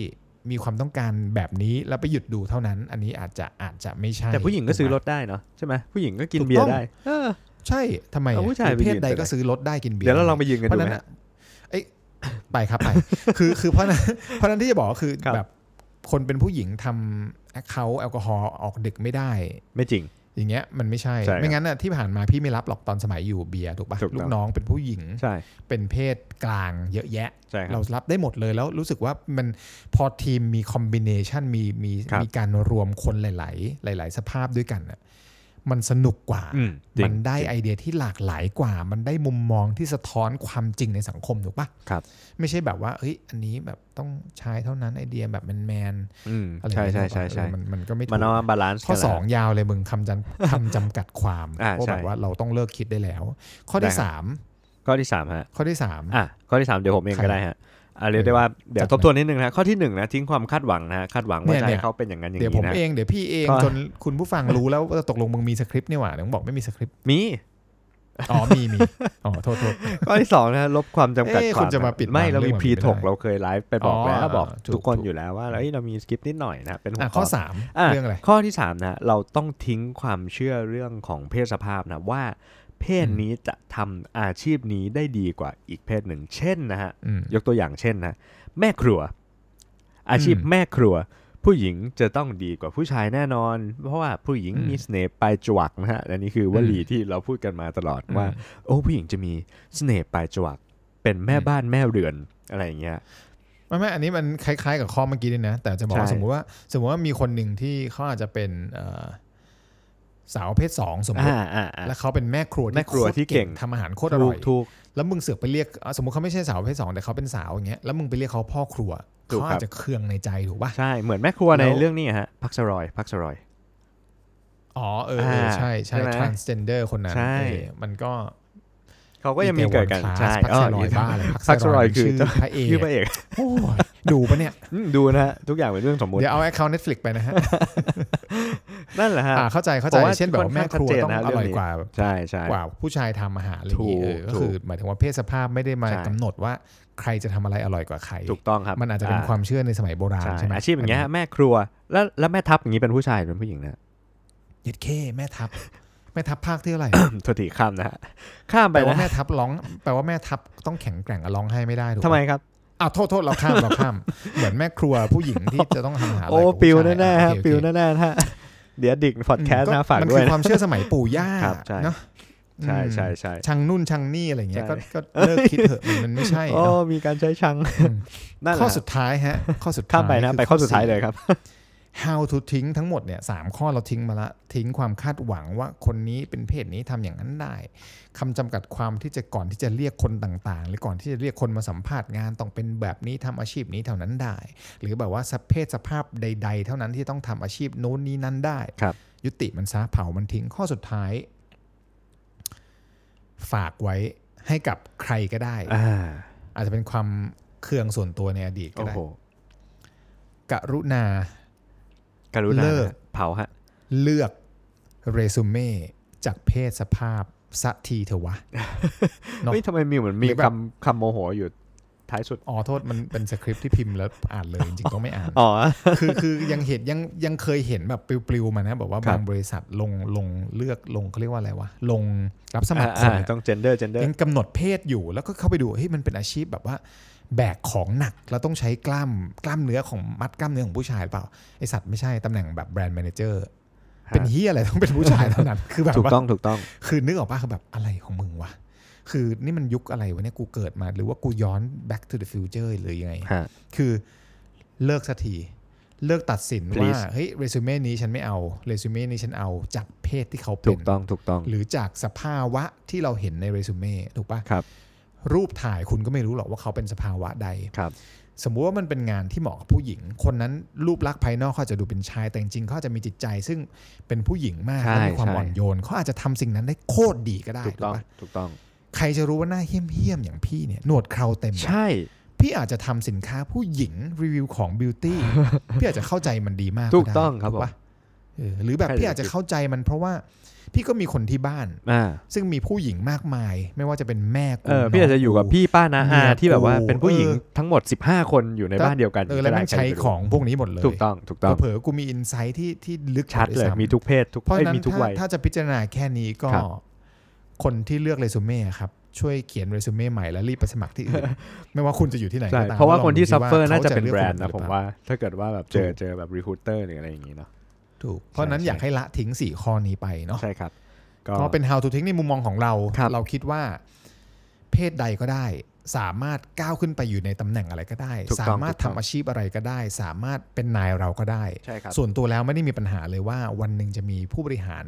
Speaker 4: มีความต้องการแบบนี้แล้วไปหยุดดูเท่านั้น อันนี้อาจจะอาจจะไม่ใช่
Speaker 5: แต่ผู้หญิงก็ซื้อร
Speaker 4: ถู
Speaker 5: ถ
Speaker 4: ปะ
Speaker 5: ได้เนาะใช่ไหมผู้หญิงก็กิน
Speaker 4: ถูก
Speaker 5: เบีย
Speaker 4: ต้อ
Speaker 5: ร์
Speaker 4: ง
Speaker 5: ได้เออ
Speaker 4: ใช่ทำไม
Speaker 5: เอาผู้ชายไป
Speaker 4: เพ
Speaker 5: ยื
Speaker 4: ศ
Speaker 5: น
Speaker 4: ใด
Speaker 5: ไป
Speaker 4: ก็
Speaker 5: ได้
Speaker 4: ซื้อรถได้กินเบียร์
Speaker 5: เดี๋ยวเราลองไปยืนกัน
Speaker 4: เพ
Speaker 5: ดู
Speaker 4: ราะ
Speaker 5: ไหม
Speaker 4: นั้นอะเอ้ยไปครับไป คือคือเพราะนั้นเพราะนั้นที่จะบอกก็คือ
Speaker 5: ครับ
Speaker 4: แบบคนเป็นผู้หญิงทำแอคเคาท์แอลกอฮอล์ออกดึกไม่ได้
Speaker 5: ไม่จริง
Speaker 4: อย่างเงี้ยมันไม่ใช่
Speaker 5: ใช่ครับ
Speaker 4: ไม่งั้นน่ะที่ผ่านมาพี่ไม่รับหรอกตอนสมัยอยู่เบียร์ถูกปะ
Speaker 5: ถูกต้อง
Speaker 4: ลูกน้องเป็นผู้หญิง
Speaker 5: ใช่
Speaker 4: เป็นเพศกลางเยอะแยะ
Speaker 5: ใช่ครั
Speaker 4: เรา
Speaker 5: บ
Speaker 4: รับได้หมดเลยแล้วรู้สึกว่ามันพอทีมมีคอมบิเนชันมีมี
Speaker 5: ครับ
Speaker 4: มีการรวมคนหลาย ๆ หลาย ๆ สภาพด้วยกันน่ะมันสนุกกว่า
Speaker 5: อืมจริ
Speaker 4: มั
Speaker 5: ง
Speaker 4: นได้ไอเดียที่หลากหลายกว่า มันได้มุมมองที่สะท้อนความจริงในสังคมถูกปะ
Speaker 5: ครับ
Speaker 4: ไม่ใช่แบบว่าเฮ้ยอันนี้แบบต้องชายเท่านั้นไอเดียแบบแมน
Speaker 5: อืม
Speaker 4: ๆอะไร
Speaker 5: ใช่
Speaker 4: แบบ
Speaker 5: ใช่
Speaker 4: นี้
Speaker 5: ใช่ใช่
Speaker 4: เออมันมันก็ไม่ถู
Speaker 5: มันเอา
Speaker 4: ก
Speaker 5: มาบาลานซ์
Speaker 4: ข้อ
Speaker 5: กัน
Speaker 4: สอง
Speaker 5: นะ
Speaker 4: ยาวเลยมึงคำจำ คำจำกัดความ
Speaker 5: อ่า
Speaker 4: ว่า
Speaker 5: ใช่
Speaker 4: แบบว่าเราต้องเลิกคิดได้แล้ว ข้อที่
Speaker 5: ได้ครับ
Speaker 4: สาม
Speaker 5: ข้อที่สามฮะ
Speaker 4: ข้อที่สาม
Speaker 5: อ่ะข้อที่ 3 เดี๋ยวผมเอง
Speaker 4: ใคร
Speaker 5: ก็ได้ฮะอ่ะเรียกได้ว่าเดี๋ยว
Speaker 4: จั
Speaker 5: ท
Speaker 4: ดมา
Speaker 5: บทวนนิดนึงนะข้อที่1นะทิ้งความคาดหวังนะฮะคาดหวังว่า
Speaker 4: เนี่ย
Speaker 5: จะ
Speaker 4: เนี่
Speaker 5: ให้
Speaker 4: ย
Speaker 5: เขาเป็นอย่างนั้นอย่าง
Speaker 4: เดี๋ยวผ
Speaker 5: นี้
Speaker 4: ม
Speaker 5: นะ
Speaker 4: เองเดี๋ยวพี่เอง
Speaker 5: ก็
Speaker 4: จนคุณผู้ฟังรู้แล้วว่าตกลงมึงมีสคริปต์เนี่ยหว่าเดี๋ยวมึงบอกไม่มีสคริปต์
Speaker 5: มี
Speaker 4: อ๋อมีมีอ๋อโทษโทษ
Speaker 5: ข้อที่2นะลบความจำกัด
Speaker 4: เอ๊ะ
Speaker 5: ควา
Speaker 4: คุ
Speaker 5: ม
Speaker 4: ณจะมาปิด
Speaker 5: ไม่
Speaker 4: บัง
Speaker 5: เรามี
Speaker 4: เรื่อง
Speaker 5: พรี
Speaker 4: มันไม่
Speaker 5: ถก
Speaker 4: ได้
Speaker 5: เราเคยไลฟ์ไปบอก
Speaker 4: อ๋อ
Speaker 5: แล้วบอก
Speaker 4: ถูก
Speaker 5: ทุกคน
Speaker 4: ถูก
Speaker 5: อยู่แล้วว่าเอ้ยเรามีสกิปนิดหน่อยนะเป็นหัว
Speaker 4: อ่ะ
Speaker 5: ข้
Speaker 4: ข้
Speaker 5: อ
Speaker 4: อ
Speaker 5: อ
Speaker 4: สาม
Speaker 5: ะ
Speaker 4: เรื่องอะไร
Speaker 5: ข้อที่3นะเราต้องทิ้งความเชื่อเรื่องของเพศสภาพนะว่า เพศ
Speaker 4: อืม
Speaker 5: นี้จะทำอาชีพนี้ได้ดีกว่าอีกเพศหนึ่ง เช่นนะฮะ
Speaker 4: อืม
Speaker 5: ยกตัวอย่างเช่นนะแม่ครัว อาชีพ
Speaker 4: อืม
Speaker 5: แม่ครัว ผู้หญิงจะต้องดีกว่าผู้ชายแน่นอน เพราะว่าผู้หญิง
Speaker 4: อืม
Speaker 5: มีเสน่ห์ปลายจวักนะฮะและนี่คือวลีที่เราพูดกันมาตลอดว่า โอ้ผู้หญิงจะมีเสน่ห์ปลายจวัก เป็นแม่บ้านแม่เรือนอะไรอย่างเงี้ย
Speaker 4: ไม่ไม่อันนี้มันคล้าย ๆ กับข้อเมื่อกี้ด้วยนะ แต่จะบอกว่า
Speaker 5: ใช่
Speaker 4: สมมุติว่าสมมุติว่ามีคนหนึ่งที่เขาอาจจะเป็นเอ่อสาวประเพศสองสมมติ
Speaker 5: อ่าอ่าอ่า
Speaker 4: แล้วเขาเป็นแม่ครัวที่
Speaker 5: แม่ครัวที่เก่ง
Speaker 4: โคตรทำอาหารโคตรอร่อย
Speaker 5: ถูก
Speaker 4: แล้วมึงเสือกไปเรียกอ่ะสมมติเขาไม่ใช่สาวประเพศสองแต่เขาเป็นสาวอย่างเงี้ยแล้วมึงไปเรียกเขาพ่อครัว
Speaker 5: ถูก
Speaker 4: เขา
Speaker 5: ครั
Speaker 4: อา
Speaker 5: บ
Speaker 4: จจะเคืองในใจถูกป่ะ
Speaker 5: ๆใช่เหมือนแม่ครัวใน
Speaker 4: แล้ว
Speaker 5: เรื่องนี้ฮะพักสรอยพักสรอย
Speaker 4: อ๋อเออเออใช่ใช่
Speaker 5: ใช่ไหม
Speaker 4: transgender คนนั้น
Speaker 5: ใช่
Speaker 4: เออมันก็
Speaker 5: เขาก็ยังมีเกิดกัน
Speaker 4: Itaewon Class
Speaker 5: ใช่
Speaker 4: พักสรอยบ้าเลยพั
Speaker 5: พั
Speaker 4: ก
Speaker 5: ก
Speaker 4: ส
Speaker 5: ส
Speaker 4: ร
Speaker 5: ร
Speaker 4: อ
Speaker 5: อยย
Speaker 4: เป็น
Speaker 5: คือ
Speaker 4: ชื่อพระเอก
Speaker 5: ชื่อพระเอก
Speaker 4: โอ้ยดูปะเนี่ย
Speaker 5: อืมดูนะฮะทุกอย่างเป็นเรื่องสมมติ
Speaker 4: เดี๋ยวเอาแอคเคาท์ Netflix ไปนะฮะ
Speaker 5: นั่นแหละฮะ
Speaker 4: อ่าเข้าใจเข้าใจ
Speaker 5: ผมว่า
Speaker 4: เช่นแบบ
Speaker 5: ค่อน
Speaker 4: แม่
Speaker 5: ข้าง
Speaker 4: ครัว
Speaker 5: ชัดเจน
Speaker 4: ต้อง
Speaker 5: นะ
Speaker 4: อร่อย
Speaker 5: เรื่องนี้
Speaker 4: กว่า
Speaker 5: ใช่ใช่
Speaker 4: กว่าผู้ชายทำอาหารอะไรอย่างงี้
Speaker 5: ถู
Speaker 4: เอก อก็คือ หมายถึงว่าเพศสภาพไม่ได้มา
Speaker 5: ใช่
Speaker 4: กำหนดว่าใครจะทำอะไรอร่อยกว่าใคร
Speaker 5: ถูกต้องครับ
Speaker 4: มันอาจจะเป็นความเชื่อในสมัยโบราณ
Speaker 5: ใช่
Speaker 4: ใช่ไหม
Speaker 5: อาชีพอย่างเงี้ยฮะแม่ครัวแล้วแล้วแม่ทัพอย่างงี้เป็นผู้ชายหรือเป็นผู้หญิงนะ
Speaker 4: เหย็ดเข้แม่ทัพ แม่ทัพภาคที่เท่าไหร่
Speaker 5: โทษทีข้ามนะฮะข้าม
Speaker 4: แป
Speaker 5: ไป
Speaker 4: ลว่า
Speaker 5: นะ
Speaker 4: แม่ทัพร้อง แปลว่าแม่ทัพต้องแข็งแกร่งอะร้องไห้ไม่ได้ถูก
Speaker 5: ทำไม
Speaker 4: ปะ
Speaker 5: ครับ
Speaker 4: อ้าวโทษโทษเราข้ามเราข้าม เหมือนแม่ครัวผู้หญิง ที่จะต้องทำอาหาร
Speaker 5: โอ้
Speaker 4: ร่ยกว่าผู้
Speaker 5: ปิว
Speaker 4: ชาย
Speaker 5: แน่ๆ
Speaker 4: อ่ะ
Speaker 5: ฮะ
Speaker 4: โอเคโอเค
Speaker 5: ปิวแน่ๆฮะเดี๋ยวดิกพอดแคสต์นะฝาก
Speaker 4: มัน
Speaker 5: ด้ว
Speaker 4: คื
Speaker 5: ย
Speaker 4: อค
Speaker 5: นะ
Speaker 4: วามเชื่อสมัยปู่ย่า
Speaker 5: ครับใช่
Speaker 4: เนาะ
Speaker 5: ใช่
Speaker 4: อืม
Speaker 5: ใช่ใช่
Speaker 4: ชังนู่นชังนี่อะไรอย่างเงี้ย
Speaker 5: ใช่
Speaker 4: ก็ก็เลิกคิดเถอะมันมันไม่ใช่
Speaker 5: โอ้
Speaker 4: เนาะ
Speaker 5: มีการใช้ชัง
Speaker 4: ม
Speaker 5: นั่นแห
Speaker 4: ข้อ
Speaker 5: ละ
Speaker 4: สุดท้ายฮะ ข้อสุดท้าย
Speaker 5: ข้ามไปนะ
Speaker 4: คือ
Speaker 5: ไปข้อสุดท้ายเลย
Speaker 4: สี่
Speaker 5: ครับ
Speaker 4: how to ทิ้งทั้งหมดเนี่ยสามข้อเราทิ้งมาละ ทิ้งความคาดหวังว่าคนนี้เป็นเพศนี้ทำอย่างนั้นได้คำจำกัดความที่จะก่อนที่จะเรียกคนต่างๆ หรือก่อนที่จะเรียกคนมาสัมภาษณ์งานต้องเป็นแบบนี้ทำอาชีพนี้เท่านั้นได้ หรือแบบว่าสเพศสภาพใด ๆ เท่านั้นที่ต้องทำอาชีพโน้นนี้นั้นได้
Speaker 5: ครับ
Speaker 4: ยุติมันซะเผามันทิ้งข้อสุดท้าย ฝากไว้ให้กับใครก็ได้
Speaker 5: อ่า
Speaker 4: อาจจะเป็นความเคืองส่วนตัวในอดีตก็
Speaker 5: โอ้
Speaker 4: ได้
Speaker 5: โห
Speaker 4: กรุณา
Speaker 5: กรุณา
Speaker 4: เลิก
Speaker 5: เผาฮะ
Speaker 4: เลือกเรซูเม่จากเพศสภาพสักทีเถอะวะ เนอะ
Speaker 5: เฮ้ยทำไมมีเหมือนมี
Speaker 4: หรือแบบ
Speaker 5: คำคำโมโหอยู่ท้ายสุด
Speaker 4: อ๋อโทษมันเป็นสคริปต์ที่พิมพ์แล้วอ่านเลยจริงๆต้องไม่อ่าน
Speaker 5: อ๋อ
Speaker 4: คือคือยังเห็นยังยังเคยเห็นแบบปลิวๆมานะแบบว่า
Speaker 5: ครับ
Speaker 4: บางบริษัทลงลงเลือกลงเขาเรียกว่าอะไรวะ ลงรับสมัครคน
Speaker 5: อ่า
Speaker 4: อะ
Speaker 5: ต้อง gender gender
Speaker 4: ยังกำหนดเพศอยู่แล้วก็เข้าไปดูเฮ้ยมันเป็นอาชีพแบบว่า แบกของหนักแล้วต้องใช้กล้ามกล้ามเนื้อของมัดกล้ามเนื้อของผู้ชายหรือเปล่าไอสัตว์ไม่ใช่ตำแหน่งแบบแบรนด์แมเนเจอร์เป็นเฮียอะไรต้องเป็นผู้ชายเท่านั้น คือแบบ
Speaker 5: ถูก
Speaker 4: ว่า
Speaker 5: ต้องถูกต้อง
Speaker 4: คือนึกออกป่ะคือแบบอะไรของมึงวะ คือนี่มันยุคอะไรวะเนี่ยกูเกิดมา หรือว่ากูย้อน back to the future หรือยังไง
Speaker 5: ฮะ
Speaker 4: คือเลิกสักที เลิกตัดสินว่า
Speaker 5: Please
Speaker 4: เฮ้ยเรซูเม่นี้ฉันไม่เอาเรซูเม่นี้ฉันเอาจากเพศที่เขา
Speaker 5: ถู
Speaker 4: เป็
Speaker 5: ก
Speaker 4: น
Speaker 5: ต้องถูกต้อง
Speaker 4: หรือจากสภาวะที่เราเห็นในเรซูเม่ถูกป่ะ
Speaker 5: ครับ
Speaker 4: รูปถ่ายคุณก็ไม่รู้หรอกว่าเขาเป็นสภาวะใด
Speaker 5: ครับ
Speaker 4: สมมุติว่ามันเป็นงานที่เหมาะกับผู้หญิง คนนั้นรูปลักษณ์ภายนอกเขาอาจจะดูเป็นชายแต่จริงๆเขาอาจจะมีจิตใจ ซึ่งเป็นผู้หญิงมาก
Speaker 5: ใช่
Speaker 4: และมีความ
Speaker 5: ใช่
Speaker 4: อ่อนโยนเขาอาจจะทำสิ่งนั้นได้โคตรดีก็ได้
Speaker 5: ถูกต้อง
Speaker 4: ปะ
Speaker 5: ถูกต้อง
Speaker 4: ใครจะรู้ว่าหน้าเหี้ยมๆอย่างพี่เนี่ยหนวดเคราเต็ม
Speaker 5: ใช่
Speaker 4: พี่อาจจะทำสินค้าผู้หญิงรีวิวของบิว ตี้ พี่อาจจะเข้าใจมันดีมาก
Speaker 5: ถูก
Speaker 4: ได้
Speaker 5: ต้องครับ
Speaker 4: ถูปะเออหรือแบบ
Speaker 5: ใครจะ
Speaker 4: พี่อาจจะเข้าใจมันเพราะว่าพี่ก็มีคนที่บ้าน
Speaker 5: อ่า
Speaker 4: ซึ่งมีผู้หญิงมากมาย ไม่ว่าจะเป็นแม่กู
Speaker 5: เออพี่อาจจะอยู่กับ
Speaker 4: น้ง
Speaker 5: พี่ป้านะอา
Speaker 4: เมีย
Speaker 5: ที่แบบว่า
Speaker 4: กู
Speaker 5: เป็นผู้หญิง
Speaker 4: เออ
Speaker 5: ทั้งหมด 15 คนอยู่ในบ้านเดียวกัน
Speaker 4: เออแล้วแม่ง
Speaker 5: ก็ได้
Speaker 4: ใช้
Speaker 5: ใครจะรู้
Speaker 4: ของพวกนี้หมดเลย
Speaker 5: ถูกต้องถูกต้อง
Speaker 4: เผลอๆกูมีอินไซต์ที่ที่ลึก
Speaker 5: ชัด
Speaker 4: กว่า
Speaker 5: เลย
Speaker 4: ซ้ำ
Speaker 5: มีทุกเพศทุก
Speaker 4: เพราะ
Speaker 5: เอ้ย
Speaker 4: ฉะนั้น
Speaker 5: มีทุก
Speaker 4: ถ้า
Speaker 5: วัย
Speaker 4: ถ้าจะพิจารณาแค่นี้ก็
Speaker 5: ครับ
Speaker 4: คนที่เลือกเรซูเม่อะครับ ช่วยเขียนเรซูเม่ใหม่แล้วรีบไปสมัครที่ อื่น ไม่ว่าคุณจะอยู่ที่ไหน
Speaker 5: ใช่
Speaker 4: ก็ตาม
Speaker 5: เพราะว่า
Speaker 4: ลอง
Speaker 5: คนที่
Speaker 4: ดูสิ
Speaker 5: ซัฟเฟอร์
Speaker 4: ว่
Speaker 5: น่าจะ
Speaker 4: ข
Speaker 5: เป็น
Speaker 4: ลือก
Speaker 5: แบรนด์นะ
Speaker 4: ค
Speaker 5: ผม
Speaker 4: อื่หอเปล่
Speaker 5: ว่าถ้าเกิดว่าแบบเจอ
Speaker 4: ถูก
Speaker 5: เจอแบบรีคูเตอร์หรืออะไรอย่างนี้เนาะ
Speaker 4: ถูกเพราะฉะนั้น
Speaker 5: ใช่
Speaker 4: อยากให้ละทิ้ง 4 ข้อนี้ไปเนาะ
Speaker 5: ใช่ครับ ก็
Speaker 4: ก็เป็น how to ทิ้งในมุมมองของเรา
Speaker 5: ครับ
Speaker 4: เราคิดว่า เพศใดก็ได้ สามารถก้าวขึ้นไปอยู่ในตำแหน่งอะไรก็ได้
Speaker 5: ถูก
Speaker 4: สา
Speaker 5: ต้อง
Speaker 4: มารถ
Speaker 5: ถูกต้
Speaker 4: ทำ
Speaker 5: อง
Speaker 4: อาชีพอะไรก็ได้ สามารถเป็นนายเราก็ได้
Speaker 5: ใช่ครับ
Speaker 4: ส่วนตัวแล้วไม่ได้มีปัญหาเลยว่าวันหนึ่งจะมีผู้บริหาร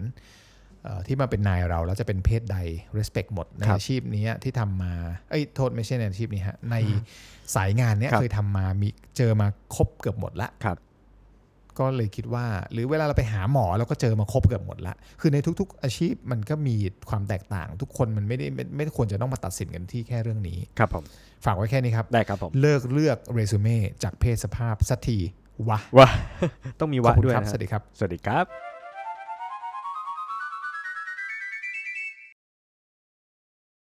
Speaker 4: เอ่อที่มาเป็นนายเราแล้วจะเป็นเพศใด respect หมดใน
Speaker 5: ครับ
Speaker 4: อาชีพนี้ที่ทำมาเอ้ยโทษไม่ใช่ในอาชีพนี้ฮะ ในสายงานเนี้ย
Speaker 5: ครับ
Speaker 4: เคยทำมามีเจอมาครบเกือบหมดละ
Speaker 5: ครับ
Speaker 4: ก็เลยคิดว่า หรือเวลาเราไปหาหมอเราก็เจอมาครบเกือบหมดละคือในทุก ๆ อาชีพมันก็มีความแตกต่าง ทุกคนมันไม่ได้ไม่ไม่ควรจะต้องมาตัดสินกันที่แค่เรื่องนี้
Speaker 5: ครับผม
Speaker 4: ฝากไว้แค่นี้ครับ
Speaker 5: ได้ครับผม
Speaker 4: เลิกเลือกเรซูเม่จากเพศสภาพสักทีวะ
Speaker 5: ว่า ต้องมี
Speaker 4: ขอ
Speaker 5: วะ
Speaker 4: บคุณ
Speaker 5: ด้วย
Speaker 4: ครับ
Speaker 5: นะ
Speaker 4: ส
Speaker 5: ฮะ
Speaker 4: วัสดีครับ
Speaker 5: สวัสดีครับ